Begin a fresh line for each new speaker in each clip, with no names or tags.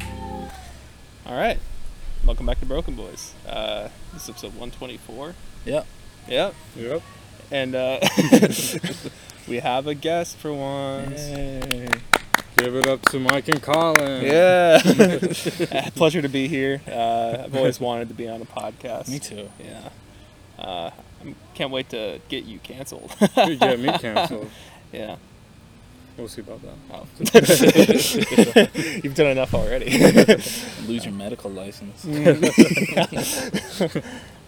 All right, welcome back to Broken Boys. Uh, this is episode 124.
Yep.
Yep,
Yep.
and uh, we have a guest for once.
Give it up to Mike and Colin.
Yeah, Uh, pleasure to be here. Uh, I've always wanted to be on a podcast.
Me too.
Yeah, uh, I can't wait to get you canceled.
You get me canceled.
yeah,
We'll see about that.
oh. you've done enough already.
Lose your medical license.
Mm.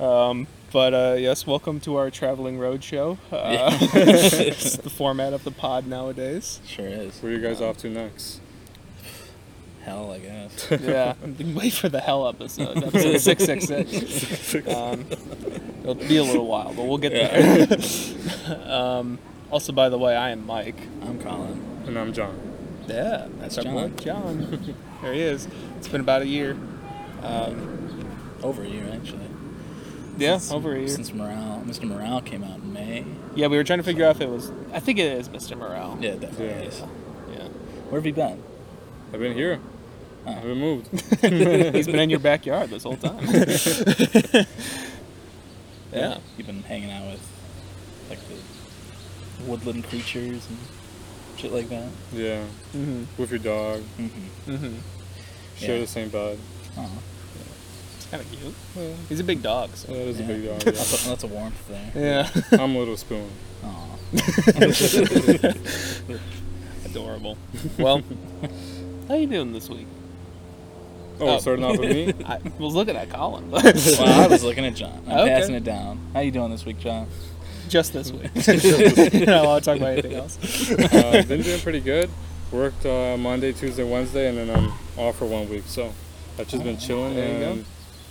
um, but uh, yes, welcome to our traveling road show. Uh, it's the format of the pod nowadays.
Sure is.
Where you guys off to next?
Hell, I guess.
yeah, wait for the hell episode. Episode six six six. Um, it'll be a little while, but we'll get there. um, also, by the way, I am Mike.
I'm Colin.
And I'm John.
Yeah, that's
our boy,
John. there he is. It's been about a year. Um,
Over a year, actually.
yeah,
Since-
over a year.
Since Morale, Mr. Morale came out in May.
Yeah, we were trying to figure out if it was. I think it is Mr. Morale.
Yeah, it definitely.
Yeah.
Is.
Yeah.
Where have you been?
I've been here. I
Oh.
haven't moved.
He's been in your backyard this whole time. yeah.
You've been hanging out with, like, the woodland creatures and shit like that.
yeah.
hmm
With your dog.
Mm-hmm.
hmm
Share
Yeah.
the same bed.
Oh,
It's kind of cute.
Well,
He's Oh, a big dog,
that
so.
is
Yeah.
a big dog.
that's, a, that's a warmth there.
Yeah.
yeah. I'm Little Spoon.
Oh,
Adorable. Well, how you doing this week?
Oh,
Oh.
starting off with me?
I was looking at Colin, but
well, I was looking at John. I'm
Okay.
passing it down. How you doing this week, John?
just this week. I don't want to talk about anything else.
Uh, been doing pretty good. Worked uh, Monday, Tuesday, Wednesday, and then I'm off for one week. So I've just been chilling
There you go.
and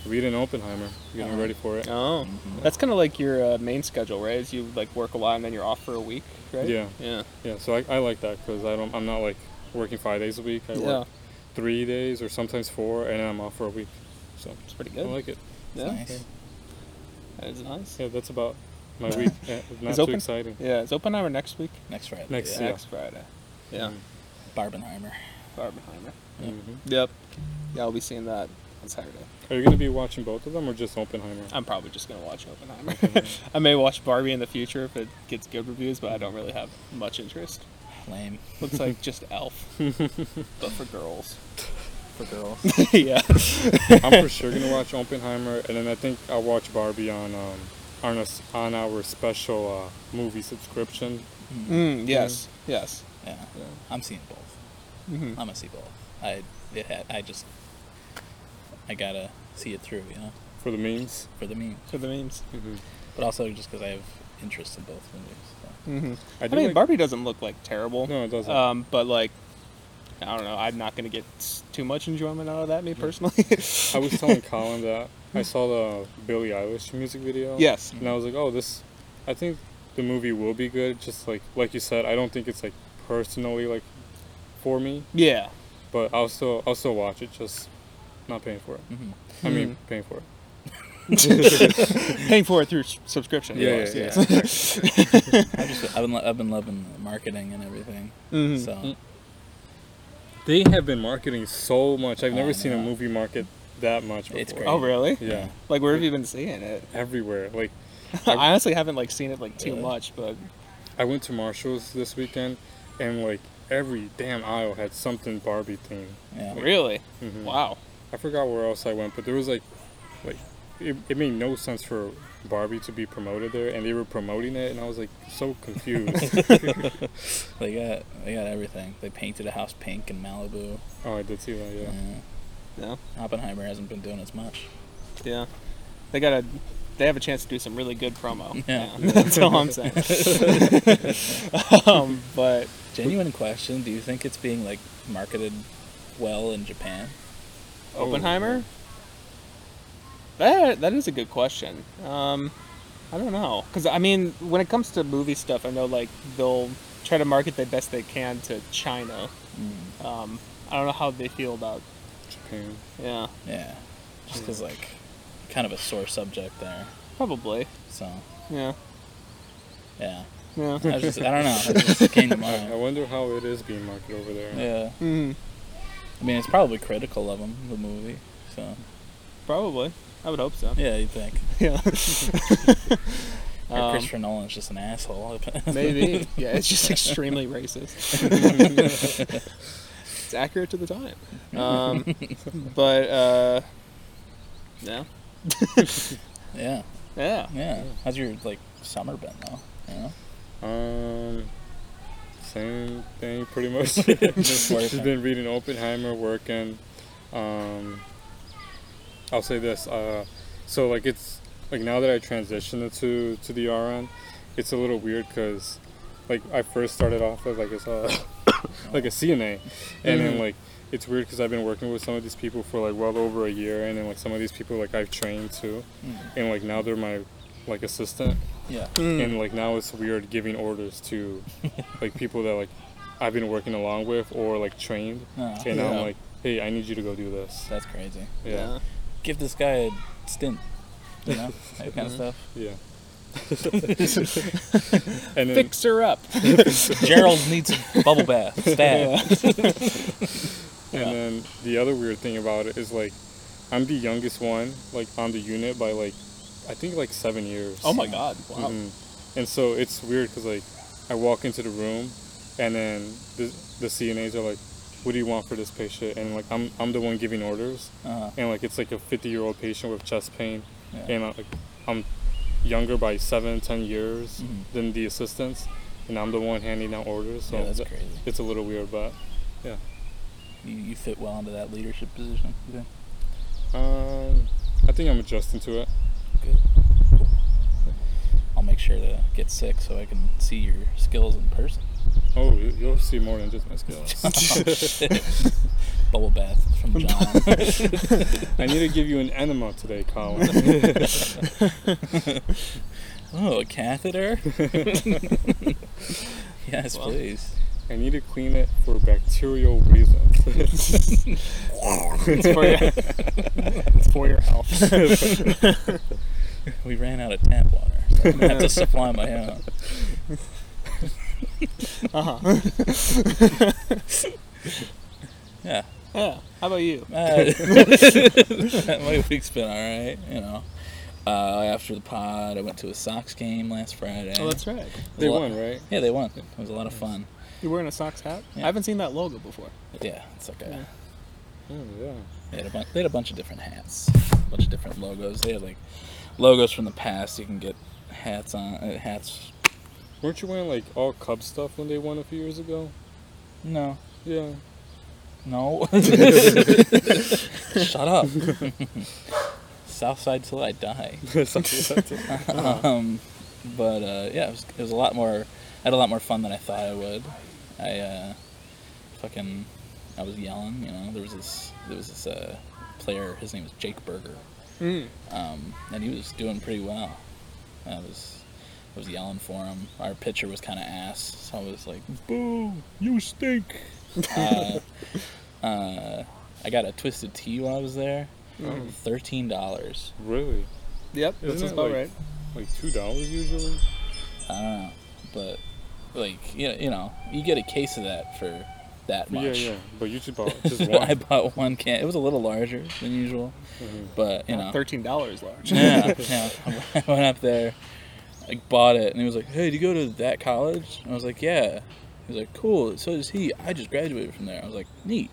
reading Oppenheimer, getting
Oh.
ready for it.
Oh, that's kind of like your uh, main schedule, right? Is you like work a lot and then you're off for a week, right?
Yeah.
Yeah.
Yeah, so I, I like that because I don't. I'm not like working five days a week. I
Yeah.
work three days or sometimes four, and then I'm off for a week. So
It's pretty
I
good.
like it.
yeah.
Nice.
That is nice.
Yeah, that's about my week. Yeah, it's not
It's
too
open?
exciting.
Yeah. It's open hour next week.
Next Friday.
Next,
yeah.
yeah.
Next Friday.
Mm-hmm.
Yeah.
Barbenheimer.
Barbenheimer.
Mhm.
Yep. Yeah, I'll be seeing that on Saturday.
Are you gonna be watching both of them or just Oppenheimer?
I'm probably just gonna watch Oppenheimer. I may watch Barbie in the future if it gets good reviews, but I don't really have much interest.
Lame
Looks like just Elf, but for girls.
for girls.
yeah.
I'm for sure gonna watch Oppenheimer, and then I think I'll watch Barbie on um, on, us on our special uh, movie subscription.
Mm,
Mm, yes. Yes.
yeah.
Yeah.
I'm seeing both.
hmm
Um,
I'm gonna see both. I it had, I just I gotta see it through, you know,
For the memes.
for the meme,
For the memes.
Mm-hmm.
but also just because I have interest in both movies. So.
hmm
mm-hmm. I,
I,
do
mean,
like-
Barbie doesn't look like terrible.
No, it doesn't.
Um, but like, I don't know. I'm not gonna get s- too much enjoyment out of that, me personally.
I was telling Colin that I saw the Billie Eilish music video.
yes.
And I was like, oh, this. I think the movie will be good. Just like like you said, I don't think it's like personally like for me,
Yeah.
but I'll still I'll still watch it. Just not paying for it.
Mm-hmm.
I mean, paying for it.
Paying for it through s- subscription. of
Yeah,
course,
yeah,
yes.
I just I've been lo- I've been loving the marketing and everything.
Mhm.
So
Mm. They have been marketing so much. I've never
I
seen a
know.
movie market that much before.
It's
Oh really?
Yeah,
Like where have you been seeing it?
everywhere. Like
I honestly haven't like seen it like too
Yeah.
much, but
I went to Marshalls this weekend, and like every damn aisle had something Barbie themed.
yeah,
really,
Mhm.
wow.
I forgot where else I went, but there was like, like, it, it made no sense for Barbie to be promoted there, and they were promoting it, and I was like so confused.
they got they got everything. They painted a house pink in Malibu.
oh, I did see that, yeah.
Yeah,
Oppenheimer hasn't been doing as much.
yeah. They got a, they have a chance to do some really good promo.
Yeah.
that's all I'm saying. um, but
Genuine question: Do you think it's being like marketed well in Japan? Oh.
Oppenheimer. That that is a good question. Um, I don't know, because I mean, when it comes to movie stuff, I know like they'll try to market the best they can to China. Um, I don't know how they feel about
Japan.
yeah,
Yeah, just because like kind of a sore subject there.
probably
So
yeah,
yeah,
yeah.
I was just I don't know. It just came to
I
mind.
wonder how it is being marketed over there.
Yeah,
Mm,
I mean it's probably critical of him the movie. So
probably. I would hope so.
yeah, you think
Yeah.
Or
Um,
Christopher Nolan's just an asshole?
Maybe. Yeah, it's just extremely racist. it's accurate to the time. Um, but uh, yeah, yeah.
yeah, yeah. How's your like summer been though? You know?
Um, same thing pretty much.
Just working.
Just been reading Oppenheimer, working. Um, I'll say this. Uh, so like it's like now that I transitioned it to to the RN, it's a little weird because like I first started off as like a like a CNA, and then
Mhm.
like it's weird because I've been working with some of these people for like well over a year, and then like some of these people like I've trained too,
Mm.
and like now they're my like assistant
Yeah.
Mm.
and like now it's weird giving orders to like people that like I've been working along with or like trained,
Oh,
and I'm
Uh-huh. Yeah.
like, hey, I need you to go do this.
that's crazy.
Yeah,
Give this guy a stint. You know, that kind of stuff.
yeah. and then
Fix her up.
Gerald needs a bubble bath. Stab.
and then the other weird thing about it is like I'm the youngest one like on the unit by like I think like seven years.
Oh my god. Wow.
Mhm. And so it's weird because like I walk into the room, and then the the CNAs are like, "What do you want for this patient?" And like I'm I'm the one giving orders,
Uh-huh.
and like it's like a 50 year old patient with chest pain,
Yeah.
and like I'm younger by seven ten years
Mhm.
than the assistants, and I'm the one handing out orders. So
Yeah, that's
th-
crazy.
it's a little weird, but yeah.
You, you fit well into that leadership position. you think?
Um, I think I'm adjusting to it.
Good. I'll make sure to get sick so I can see your skills in person.
Oh, you- you'll see more than just my skills.
Bubble bath from John.
I need to give you an enema today, Colin.
oh, a catheter? yes,
Well.
please.
I need to clean it for bacterial reasons.
It's for your, it's for your health.
We ran out of tap water. So I'm going to have to supply my own.
Uh-huh.
Yeah.
Yeah. How about you?
Uh, my week's been all right, you know. Uh, after the pod, I went to a Sox game last Friday.
Oh, that's right.
they
Lo-
won, right?
Yeah, they won. It was a lot of fun.
You're wearing a socks hat?
Yeah.
I haven't seen that logo before.
Yeah, it's like a.
Oh, yeah.
They had a bunch. They had a bunch of different hats, a bunch of different logos. They had like logos from the past. You can get hats on uh, hats.
Weren't you wearing like all Cubs stuff when they won a few years ago?
No,
Yeah.
no. Shut up. Southside till I die. um, but uh, yeah, it was, it was a lot more. I had a lot more fun than I thought I would. I uh, fucking, I was yelling. You know, there was this, there was this uh, player. His name was Jake Berger,
Mm.
um, and he was doing pretty well. I was, I was yelling for him. Our pitcher was kind of ass, so I was like, "Boo, you stink." uh, uh, I got a twisted tea while I was there.
Mm.
Thirteen dollars.
Really?
Yep, that's
Isn't it
about
like-
right.
Like two dollars usually?
I don't know, but like you know, you know, you get a case of that for that much.
Yeah, yeah. But you just bought just
I
one.
bought one can. It was a little larger than usual,
Mhm.
but you know,
$13 large.
yeah, yeah. I went up there, like bought it, and he was like, "Hey, do you go to that college?" And I was like, "Yeah." He was like, "Cool." So does he? I just graduated from there. I was like, "Neat,"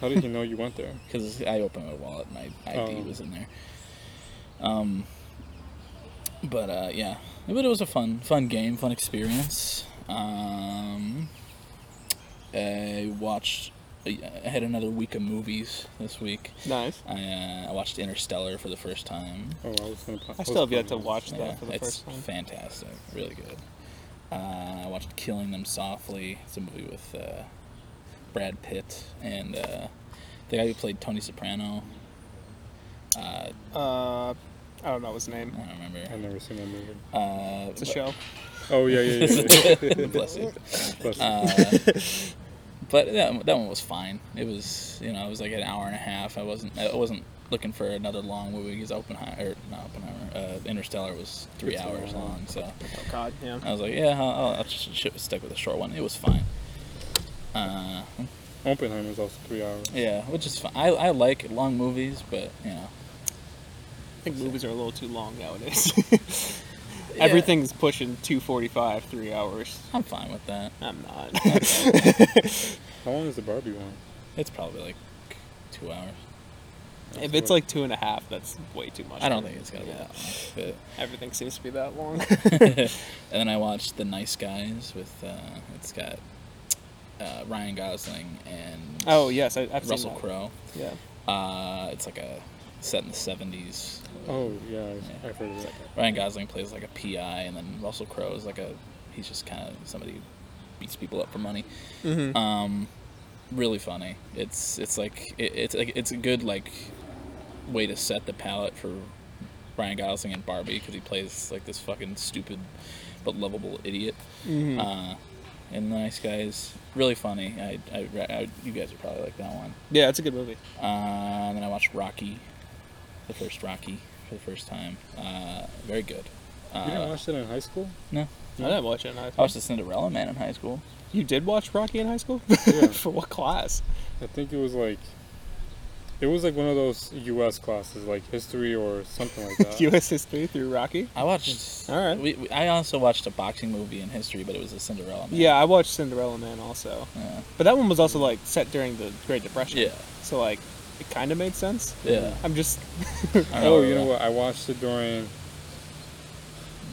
How did he know you went there?
because I opened my wallet and my ID
Oh.
was in there. Um, but uh, yeah, but it was a fun, fun game, fun experience. Um, I watched. I had another week of movies this week.
Nice.
I, uh, I watched Interstellar for the first time.
Oh, I was gonna.
I still have yet to watch
Yeah,
that for the
it's
first time.
fantastic, really good. Uh, I watched Killing Them Softly. It's a movie with uh, Brad Pitt and uh, the guy who played Tony Soprano. Uh,
Uh, I I don't know his name.
I don't remember.
I've never seen that movie.
Uh,
It's a show.
Oh yeah, yeah, yeah.
bless you.
yeah. Plus,
Uh, but that, that one was fine. It was you know it was like an hour and a half. I wasn't I wasn't looking for another long movie because Oppenheimer or not Oppenheimer uh, Interstellar was three
It's a
hours
long
long.
one.
So
Oh God, yeah.
I was like yeah I'll, I'll, I'll just sh- stick with a short one. It was fine. Uh,
Oppenheimer's also three hours.
yeah, which is fine. I, I like long movies, but you know
I think movies are a little too long nowadays. Everything's pushing 245, three hours.
I'm fine with that.
I'm not.
How long is the Barbie one?
It's probably like two hours.
if it's like two and a half, that's way too much.
I don't
for me.
think it's gonna be
Yeah.
that long. But
Everything seems to be that long.
and then I watched The Nice Guys with uh, it's got uh, Ryan Gosling and
oh yes, I, I've
Russell
seen
Crowe.
that. Yeah.
Uh, it's like a set in the seventies.
Oh yeah, I've- I've heard of that.
Ryan Gosling plays like a PI, and then Russell Crowe is like a he's just kind of somebody who beats people up for money.
Mm-hmm.
Um, really funny. It's it's like it, it's like it's a good like way to set the palette for Ryan Gosling and Barbie because he plays like this fucking stupid but lovable idiot.
hmm
Uh, and the nice guys, really funny. I, I, I- you guys would probably like that one.
yeah, it's a good movie.
Uh, and then I watched Rocky, the first Rocky, for the first time. Uh, very good. Uh,
You didn't watch that in high school?
no,
I didn't watch it in high
I
school.
watched the Cinderella Man in high school.
You did watch Rocky in high school?
Yeah.
Uh,
For what class?
I think it was like, it was like one of those U.S. classes, like history or something like
uh,
that.
U.S. history through Rocky.
I watched.
All right.
We, we- I also watched a boxing movie in history, but it was a Cinderella Man.
Yeah, I watched Cinderella Man also,
Yeah.
but that one was also like set during the Great Depression.
Yeah.
So like, it kind of made sense.
Yeah.
I'm just
I uh,
Oh,
remember
you know what? I watched it during.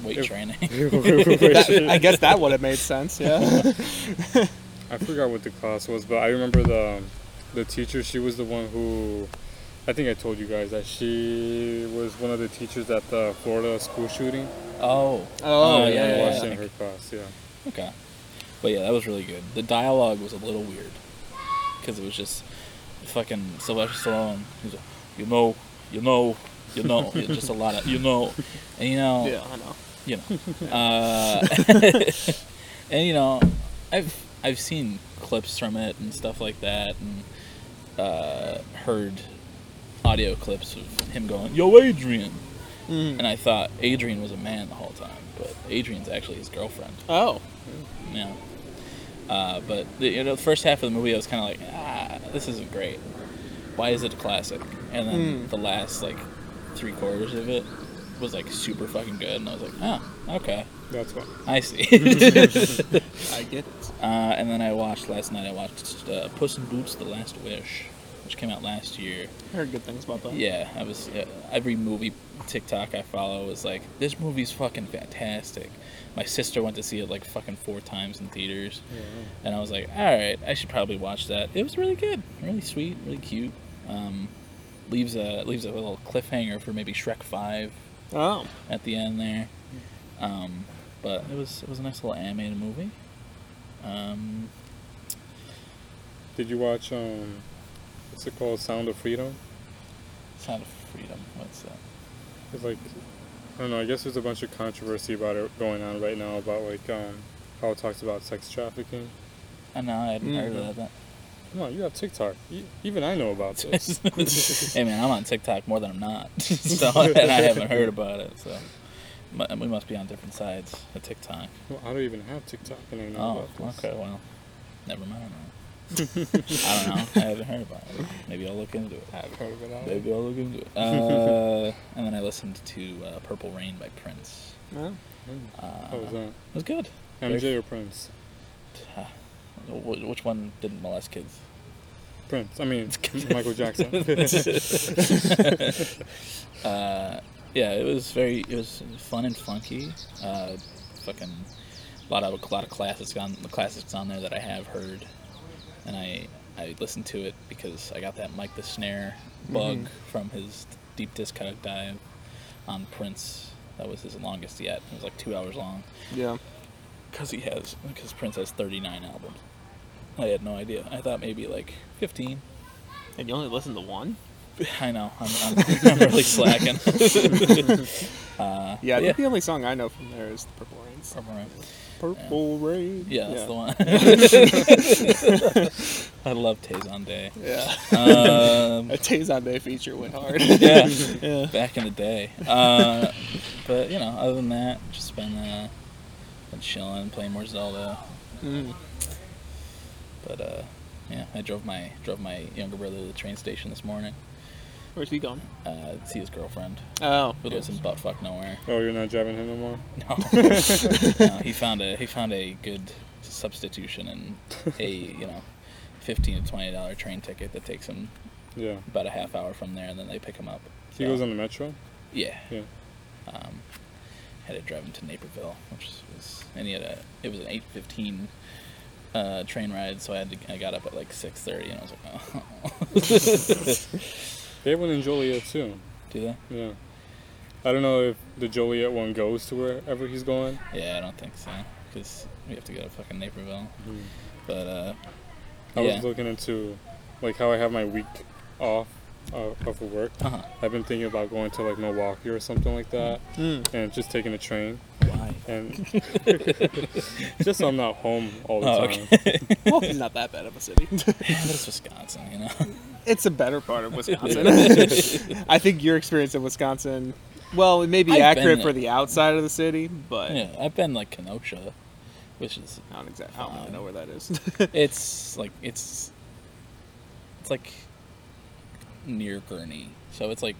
Weight
If-
training.
that, I guess that would have made sense. Yeah.
I forgot what the class was, but I remember the um, the teacher. She was the one who, I think I told you guys that she was one of the teachers at the Florida school shooting.
oh.
Oh, yeah,
Uh,
I
yeah,
watched
yeah.
it in her class. Yeah,
Okay. But yeah, that was really good. The dialogue was a little weird because it was just fucking Sylvester Stallone. He was like, you know, you know, you know, Yeah, just a lot of you know, and you know,
yeah, I know.
you know, uh, and you know, I've I've seen clips from it and stuff like that, and uh, heard audio clips of him going, "Yo, Adrian,"
Mm.
and I thought Adrian was a man the whole time, but Adrian's actually his girlfriend.
Oh,
Yeah. Uh, but the, you know, the first half of the movie, I was kind of like, ah, this isn't great. Why is it a classic? And then
Mm.
the last like three quarters of it was like super fucking good, and I was like, oh, okay,
that's what.
I see.
I get it.
uh, and then I watched last night. I watched uh, Puss in Boots: The Last Wish, which came out last year.
I heard good things about that.
Yeah, I was uh, every movie TikTok I follow is like this movie's fucking fantastic. My sister went to see it like fucking four times in theaters, and I was like, all right, I should probably watch that. It was really good, really sweet, really cute. Um, leaves a leaves a little cliffhanger for maybe Shrek Five
Oh,
at the end there. Um, but it was it was a nice little animated movie. Um,
Did you watch um, what's it called? Sound of Freedom.
Sound of Freedom. What's that?
It's like, I don't know. I guess there's a bunch of controversy about it going on right now about like um, how it talks about sex trafficking.
I know I hadn't heard
Mhm.
of that.
Come on, you have TikTok. E- even I know about this.
hey man, I'm on TikTok more than I'm not, so and I haven't heard about it. So Mu- we must be on different sides of TikTok.
Well, I don't even have TikTok, and I know
Oh,
about this.
okay. Well, never mind. then. I don't know. I haven't heard about it. Maybe I'll look into it.
I've heard of it. all.
Maybe I'll look into it. Uh, and then I listened to uh, "Purple Rain" by Prince.
Oh.
Hmm,
Uh,
How was that?
It was good.
MJ or Prince?
Ah, wh- Which one didn't molest kids?
Prince. I mean, Michael Jackson.
uh, yeah, it was very it was fun and funky. Uh, fucking a lot of a lot of classics on the classics on there that I have heard, and I I listened to it because I got that Mike the Snare bug from his deep discog dive on Prince. That was his longest yet. It was like two hours long
Yeah.
because he has because Prince has thirty nine albums. I had no idea. I thought maybe like fifteen.
And you only listen to one?
I know. I'm, I'm, I'm really slacking. uh,
Yeah, I
yeah.
think the only song I know from there is the Purple Rain.
Purple Rain.
Purple Rain.
Yeah, that's the
yeah.
one. I love Taze on Day.
Yeah.
Um,
A Tazon Day feature went hard.
yeah,
yeah.
back in the day. Uh, but you know, other than that, just been uh, been chilling, playing more Zelda.
Mm.
But uh, yeah, I drove my drove my younger brother to the train station this morning
Where's he going?
uh, to see his girlfriend
Oh.
who lives in buttfuck nowhere.
Oh, you're not driving him no more.
No. no, he found a he found a good substitution in a you know fifteen to twenty dollar train ticket that takes him
Yeah.
about a half hour from there, and then they pick him up.
He
So,
goes on the metro.
Yeah.
Yeah.
Um, had to drive him to Naperville, which was and he had a it was an eight fifteen uh, train ride, so I had to I got up at like six thirty, and I was like, oh,
They have one in Joliet too.
do that?
Yeah. I don't know if the Joliet one goes to wherever he's going.
Yeah, I don't think so, because we have to go to fucking Naperville.
Mhm.
But uh,
I
yeah,
was looking into, like, how I have my week off of, of work.
uh-huh.
I've been thinking about going to like Milwaukee or something like that,
Mm.
and just taking a train,
why?
and just so I'm not home all the
Oh,
time.
okay.
Milwaukee's not that bad of a city.
That's Wisconsin, you know.
it's a better part of Wisconsin. I think your experience of Wisconsin, well, it may be
I've been
accurate
there.
for the outside of the city, but
yeah, I've been like Kenosha, which is
I don't exactly. I don't really
Fine.
know where that is.
it's like it's it's like near Gurney, so it's like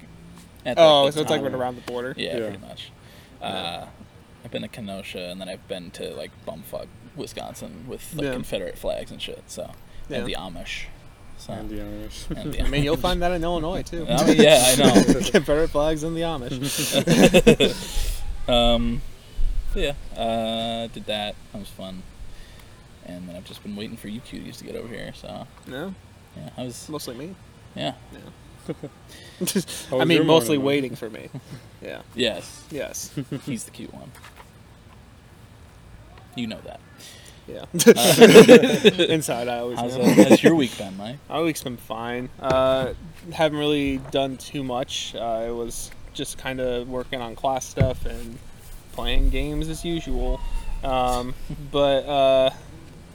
at
oh,
the
so it's like
top.
right around the border.
yeah,
Yeah.
pretty much. Uh, I've been to Kenosha, and then I've been to like bumfuck Wisconsin with like
Yeah.
Confederate flags and shit. So
Yeah.
and the Amish. So
And the Amish.
and the
I mean, you'll find that in Illinois too.
I mean, Oh, yeah, I know.
Confederate flags and the Amish.
Um, so yeah, uh, did that. That was fun. And then I've just been waiting for you cuties to get over here. So
No,
yeah, I was
it's mostly me.
yeah Oh,
How
I
was your
mean, mostly
morning,
waiting for me. Yeah.
yes.
Yes.
He's the cute one. You know that.
Yeah. Inside, I always.
How's,
am.
uh, how's your week been, Mike?
My week's been fine. Uh, haven't really done too much. Uh, I was just kind of working on class stuff and playing games as usual. Um, but uh,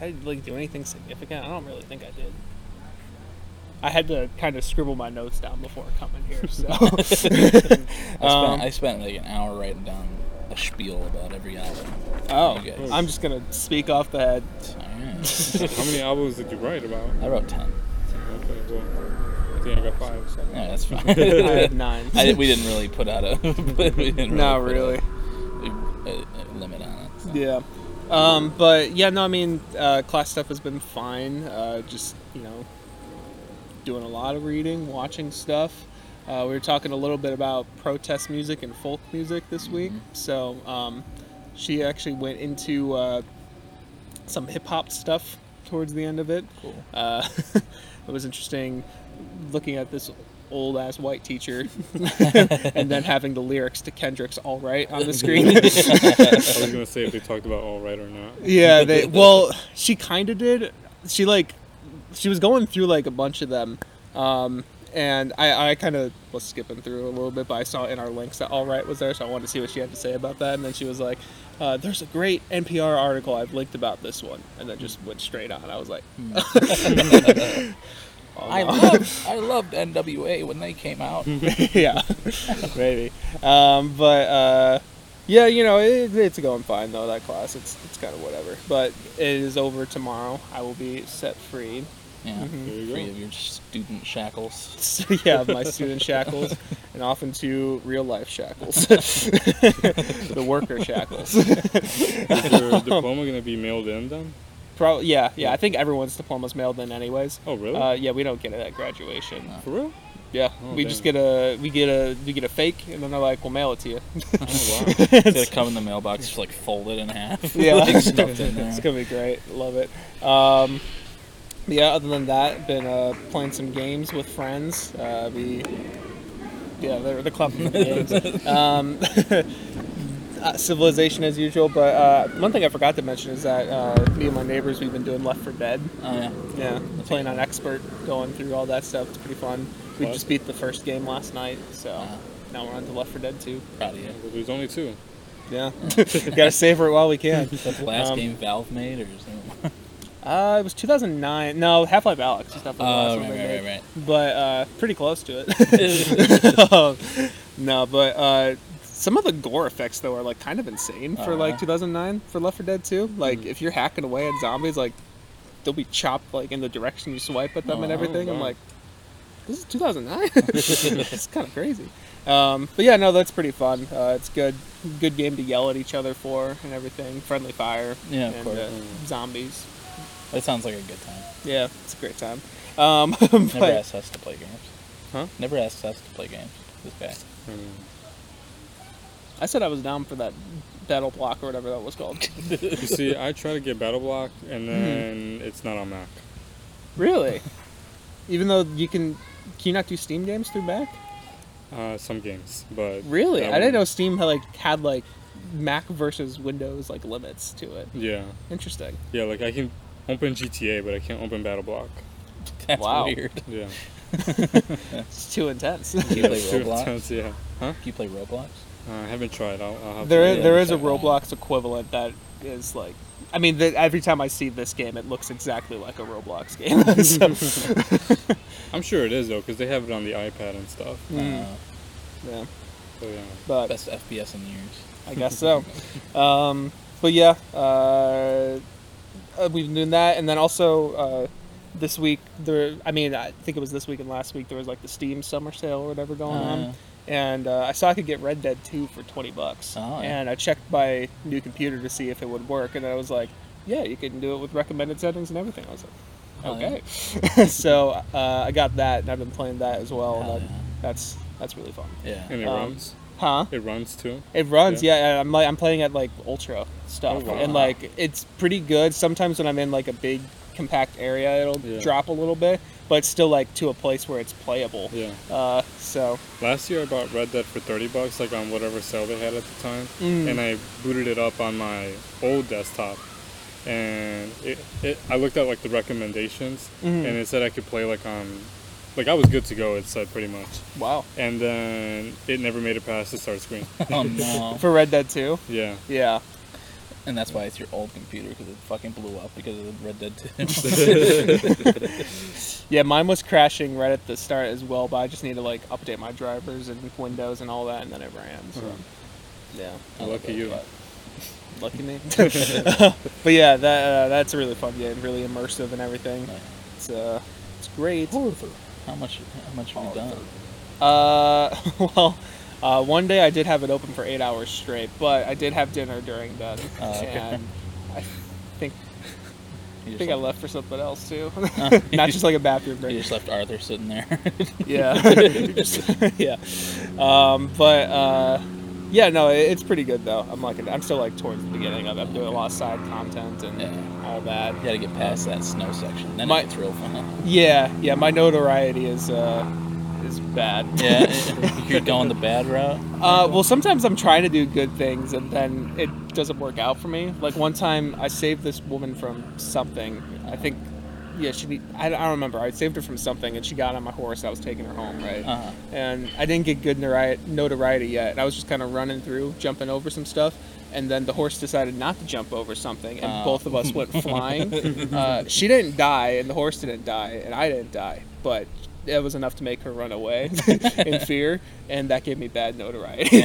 I didn't like do anything significant. I don't really think I did. I had to kind of scribble my notes down before coming here, so
I spent,
Um,
I spent like an hour writing down a spiel about every album.
oh,
Okay.
I'm just gonna speak off the head.
Alright.
man? How many albums did you write about?
I wrote ten.
Okay, well, I think I got five. So.
Yeah, that's fine.
I
I,
had nine.
di- we didn't really put out a. we didn't
no,
put
really.
A, a, a limit on it. so.
Yeah. Um, but yeah, no, I mean, uh, class stuff has been fine. Uh, just, you know, doing a lot of reading, watching stuff. Uh, we were talking a little bit about protest music and folk music this week. So um, she actually went into uh, some hip hop stuff towards the end of it.
Cool.
Uh, it was interesting looking at this old ass white teacher and then having the lyrics to Kendrick's All Right on the screen.
I was gonna say if they talked about all right or not.
Yeah, they well, she kind of did. She like she was going through like a bunch of them. Um and I, I kind of was skipping through a little bit, but I saw in our links that All Right was there, so I wanted to see what she had to say about that. And then she was like, uh, "There's a great NPR article I've linked about this one," and then just went straight on. I was like, "Oh
I loved, I loved NWA when they came out.
yeah, maybe. Um, but uh, yeah, you know, it, it's going fine though. That class, it's it's kind of whatever. But it is over tomorrow. I will be set free. Mm-hmm.
Yeah,
There you
free
go.
of your student shackles.
yeah, my student shackles, and often to real life shackles, the worker shackles.
Is your diploma gonna be mailed in then?
Pro- yeah, yeah. I think everyone's diploma's mailed in anyways.
Oh really?
Uh, yeah, we don't get it at graduation.
For real?
Yeah,
Oh,
we just
dang.
get a we get a we get a fake, and then they're like, "We'll mail it to you."
Oh wow.
It's gonna come in the mailbox, just like folded in half.
Yeah.
like, stuffed
It's
in there.
gonna be great. Love it. Um, yeah. Other than that, been uh, playing some games with friends. Uh, we yeah, they're, they're clapping for the games. Um, uh, civilization as usual. But uh, one thing I forgot to mention is that uh, me and my neighbors we've been doing Left for Dead.
Oh yeah.
Yeah, playing on expert, going through all that stuff. It's pretty fun. Ah. We
What?
just beat the first game last night, so
Wow.
now we're on to Left for Dead 2.
Proud of you.
Well, there's only two.
Yeah, gotta savor it while we can.
Is that the last
Um,
game Valve made or something?
Uh, it was 2009. No, Half Life Alex was definitely the last
Oh
one
right,
they
right,
made.
right, right.
but uh, pretty close to it. Um, no, but uh, some of the gore effects though are like kind of insane for
Oh,
like
yeah?
2009 for Left 4 Dead 2.
Mm.
Like if you're hacking away at zombies, like they'll be chopped like in the direction you swipe at them and
Oh,
everything. I'm
wow.
like, this is 2009. it's kind of crazy. Um, but yeah, no, that's pretty fun. Uh, it's good, good game to yell at each other for and everything. Friendly fire.
Yeah, of
and,
course.
uh, zombies.
That sounds like a good time.
Yeah, it's a great time. Um, but,
Never asks us to play games.
Huh?
Never asks us to play games. This guy.
Mm.
I said I was down for that battle block or whatever that was called.
You see, I try to get Battle Block,
Hmm.
and then it's not on Mac.
really? Even though you can, can you not do Steam games through Mac?
Uh, some games, but
Really?
that
I didn't know
one-
Steam had like had like Mac versus Windows like limits to it.
Yeah,
Interesting.
yeah. Like I can open GTA, but I can't open Battle Block.
That's
Wow.
weird. Do
Yeah.
It's too intense.
you play
It's too
Roblox? Do
intense, yeah. Huh?
you play Roblox?
Uh, I haven't tried. I'll, I'll have
there
to.
is, there is a
check it out.
Roblox equivalent that is like. I mean, the, every time I see this game, it looks exactly like a Roblox game. so,
I'm sure it is though, because they have it on the iPad and stuff.
mm,
Uh,
yeah,
So yeah.
but
best FPS in years.
I guess so. Um, but yeah, uh, uh, we've been doing that, and then also uh, this week there. I mean, I think it was this week and last week there was like the Steam Summer Sale or whatever going
Uh.
on, and uh, I saw I could get Red Dead Two for twenty bucks,
Oh, yeah.
and I checked my new computer to see if it would work, and I was like, yeah, you can do it with recommended settings and everything. I was like.
Oh, yeah.
Okay, so uh, I got that, and I've been playing that as well.
Hell
and that,
yeah.
That's that's really fun,
Yeah.
And it
Um,
runs.
huh?
It runs too.
It runs,
Yeah.
yeah. and I'm like I'm playing at like ultra stuff,
Oh, wow.
and like it's pretty good. Sometimes when I'm in like a big compact area, it'll
Yeah.
drop a little bit, but it's still like to a place where it's playable.
Yeah.
Uh, so
Last year I bought Red Dead for 30 bucks, like on whatever sale they had at the time,
Mm.
and I booted it up on my old desktop. And it, it, I looked at like the recommendations,
Mhm.
and it said I could play like on, like I was good to go. It said pretty much,
wow,
and then it never made it past the start screen.
Oh no.
for Red Dead Two,
yeah,
yeah,
And that's why it's your old computer because it fucking blew up because of the Red Dead 2.
yeah. Mine was crashing right at the start as well, but I just need to like update my drivers and Windows and all that, and then it ran. So
Mhm.
yeah,
lucky you.
lucky me. but yeah, that uh, that's a really fun game, really immersive and everything. It's uh, it's great.
How much? How much
Oh,
have you done?
Uh, well, uh, one day I did have it open for eight hours straight, but I did have dinner during then,
Oh, okay.
and I think
You
I
just
think I
left-
left for something else too,
Uh, you
not just like a bathroom
You
break.
just left Arthur sitting there.
Yeah, yeah. Um, but uh, yeah, no, it, it's pretty good though. I'm like, I'm still like towards the beginning of it. I'm doing a lot of side content and
Yeah.
all that.
You gotta get past that snow section. Then
My-
it's real fun.
Yeah, yeah. My notoriety is uh, is bad.
Yeah, you're going the bad route.
Uh, well, sometimes I'm trying to do good things and then it doesn't work out for me. Like one time, I saved this woman from something. I think, yeah, she. Need, I, I don't remember. I saved her from something, and she got on my horse. I was taking her home, right?
Uh-huh.
And I didn't get good nori- notoriety yet. And I was just kind of running through, jumping over some stuff, and then the horse decided not to jump over something, and
Oh.
both of us went flying. Uh, she didn't die, and the horse didn't die, and I didn't die, but. It was enough to make her run away in fear, and that gave me bad notoriety.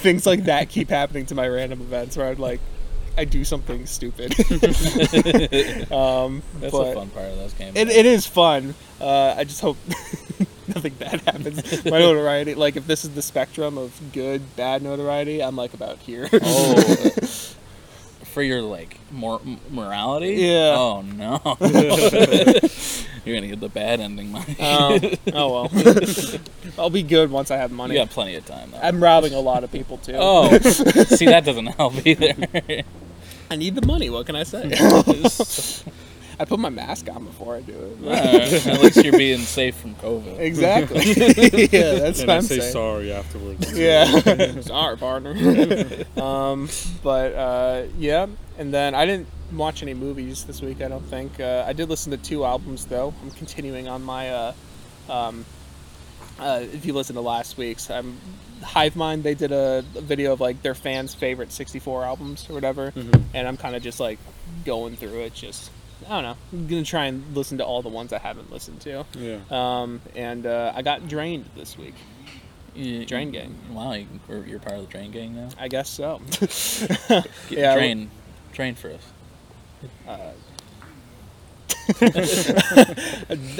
things like that keep happening to my random events where I'm like, I do something stupid. um,
That's
but
the fun part of those games.
It, it is fun. Uh, I just hope nothing bad happens. My notoriety, like if this is the spectrum of good, bad notoriety, I'm like about here.
Oh, for your like mor- m- morality.
Yeah.
Oh no. you're gonna get the bad ending, money.
um, oh well. I'll be good once I have
you
money.
got plenty of time though.
I'm robbing a lot of people too.
oh, see that doesn't help either.
I need the money. What can I say? I put my mask on before I do it.
All right, at least you're being safe from COVID.
Exactly. yeah, that's
and
what
I
I'm
say
saying.
sorry afterwards.
Yeah. Sorry, partner. um, but uh, yeah, and then I didn't watch any movies this week. I don't think uh, I did listen to two albums though. I'm continuing on my. Uh, um, uh, if you listen to last week's, I'm Hive Mind. They did a video of like their fans' favorite 64 albums or whatever,
Mhm.
and I'm kind of just like going through it. Just I don't know. I'm gonna try and listen to all the ones I haven't listened to.
Yeah.
Um, and uh, I got drained this week.
You-
Drain gang.
Wow, you, you're- you're part of the drain gang now.
I guess so.
Get,
Yeah, I
drain, drain for us.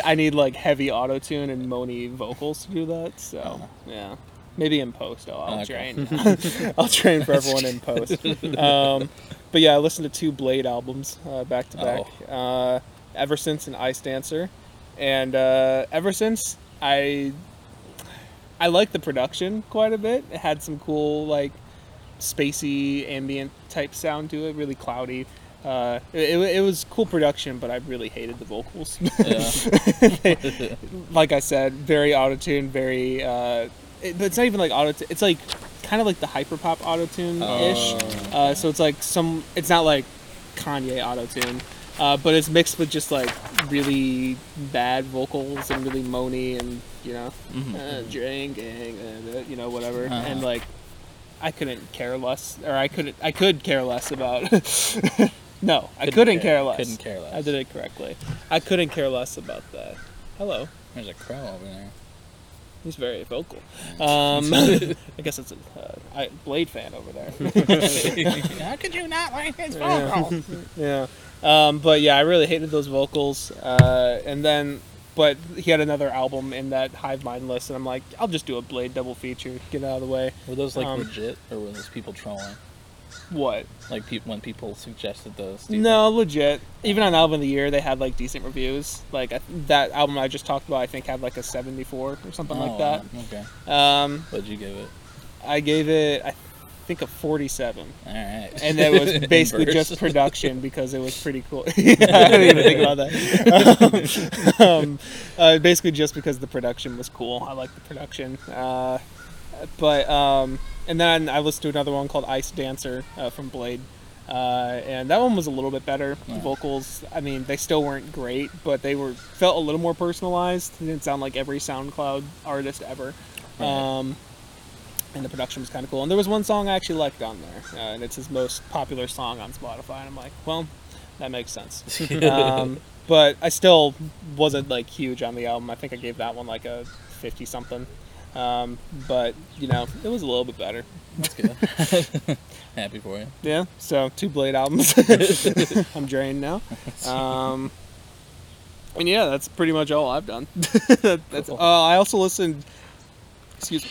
I need like heavy auto tune and moany vocals to do that. So yeah, maybe in post I'll, I'll
Okay.
train. I'll train for everyone in post. Um, but yeah, I listened to two Blade albums uh, back to back. Uh, Ever since an Ice Dancer, and uh, ever since I, I like the production quite a bit. It had some cool like spacey ambient type sound to it. Really cloudy. Uh, it, it was cool production, but I really hated the vocals.
Yeah.
like I said, very auto-tuned, very. Uh, it, but it's not even like auto. It's like kind of like the hyperpop auto-tune ish.
Oh.
Uh, so it's like some. It's not like Kanye auto-tune, uh, but it's mixed with just like really bad vocals and really moany and you know, uh, drinking and uh, you know whatever
Mm-hmm. Uh-huh.
and like. I couldn't care less, or I couldn't. I could care less about. no, I
Couldn't
couldn't
care-
care less.
couldn't care less.
I did it correctly. I couldn't care less about that. Hello.
There's a crow over there.
He's very vocal. Um, I guess it's a uh, I, Blade fan over there. Uh,
How could you not like his
yeah. yeah. Um, but yeah, I really hated those vocals. Uh, and then, but he had another album in that Hive Mind list, and I'm like, I'll just do a Blade double feature, get it out of the way.
Were those like
Um,
legit, or were those people trolling?
What?
Like peop when people suggested those? do you
No, legit. Even on album of the year, they had like decent reviews. Like I, that album I just talked about, I think had like a 74 or something like
think- Oh,
that.
Okay.
Um,
What'd you give it?
I gave it, I think, a 47.
All right.
and that was basically
Inverse.
just production because it was pretty cool. Yeah, I didn't even think about that. Um, um, uh, basically, just because the production was cool. I like the production. Uh, but um, and then I listened to another one called Ice Dancer uh, from Blade, uh, and that one was a little bit better. The
Yeah.
vocals, I mean, they still weren't great, but they were felt a little more personalized. It didn't sound like every SoundCloud artist ever.
Right.
Um, and the production was kind of cool. And there was one song I actually liked on there, uh, and it's his most popular song on Spotify. And I'm like, well, that makes sense. um, but I still wasn't like huge on the album. I think I gave that one like a 50 something. Um, but you know, it was a little bit better.
That's good. Happy for you.
Yeah. So two Blade albums. I'm drained now. Um, and yeah, that's pretty much all I've done. that's.
Cool.
Uh, I also listened. Excuse me.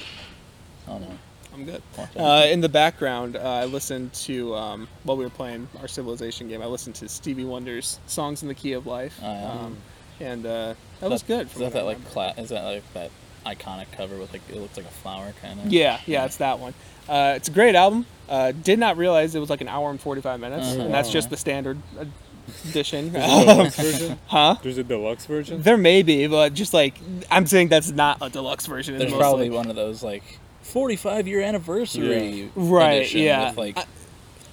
Oh no.
I'm good.
Watch out.
Uh, in the background, uh, I listened to um, while we were playing our Civilization game. I listened to Stevie Wonder's "Songs in the Key of Life,"
Oh, yeah.
um, and uh, that was good.
Is
from
that
what I
that like
remember.
cla- Is that like that iconic cover with like it looks like a flower kind of?
Yeah, yeah, it's that one. Uh, it's a great album. Uh, did not realize it was like an hour and forty-five minutes,
Uh-huh.
and that's just
Wow.
the standard edition.
There's a deluxe version.
huh?
There's a deluxe version.
There may be, but just like I'm saying, that's not a deluxe version. It's
There's
mostly-
probably one of those like 45 year anniversary
Yeah.
Right,
edition
yeah.
with like
I-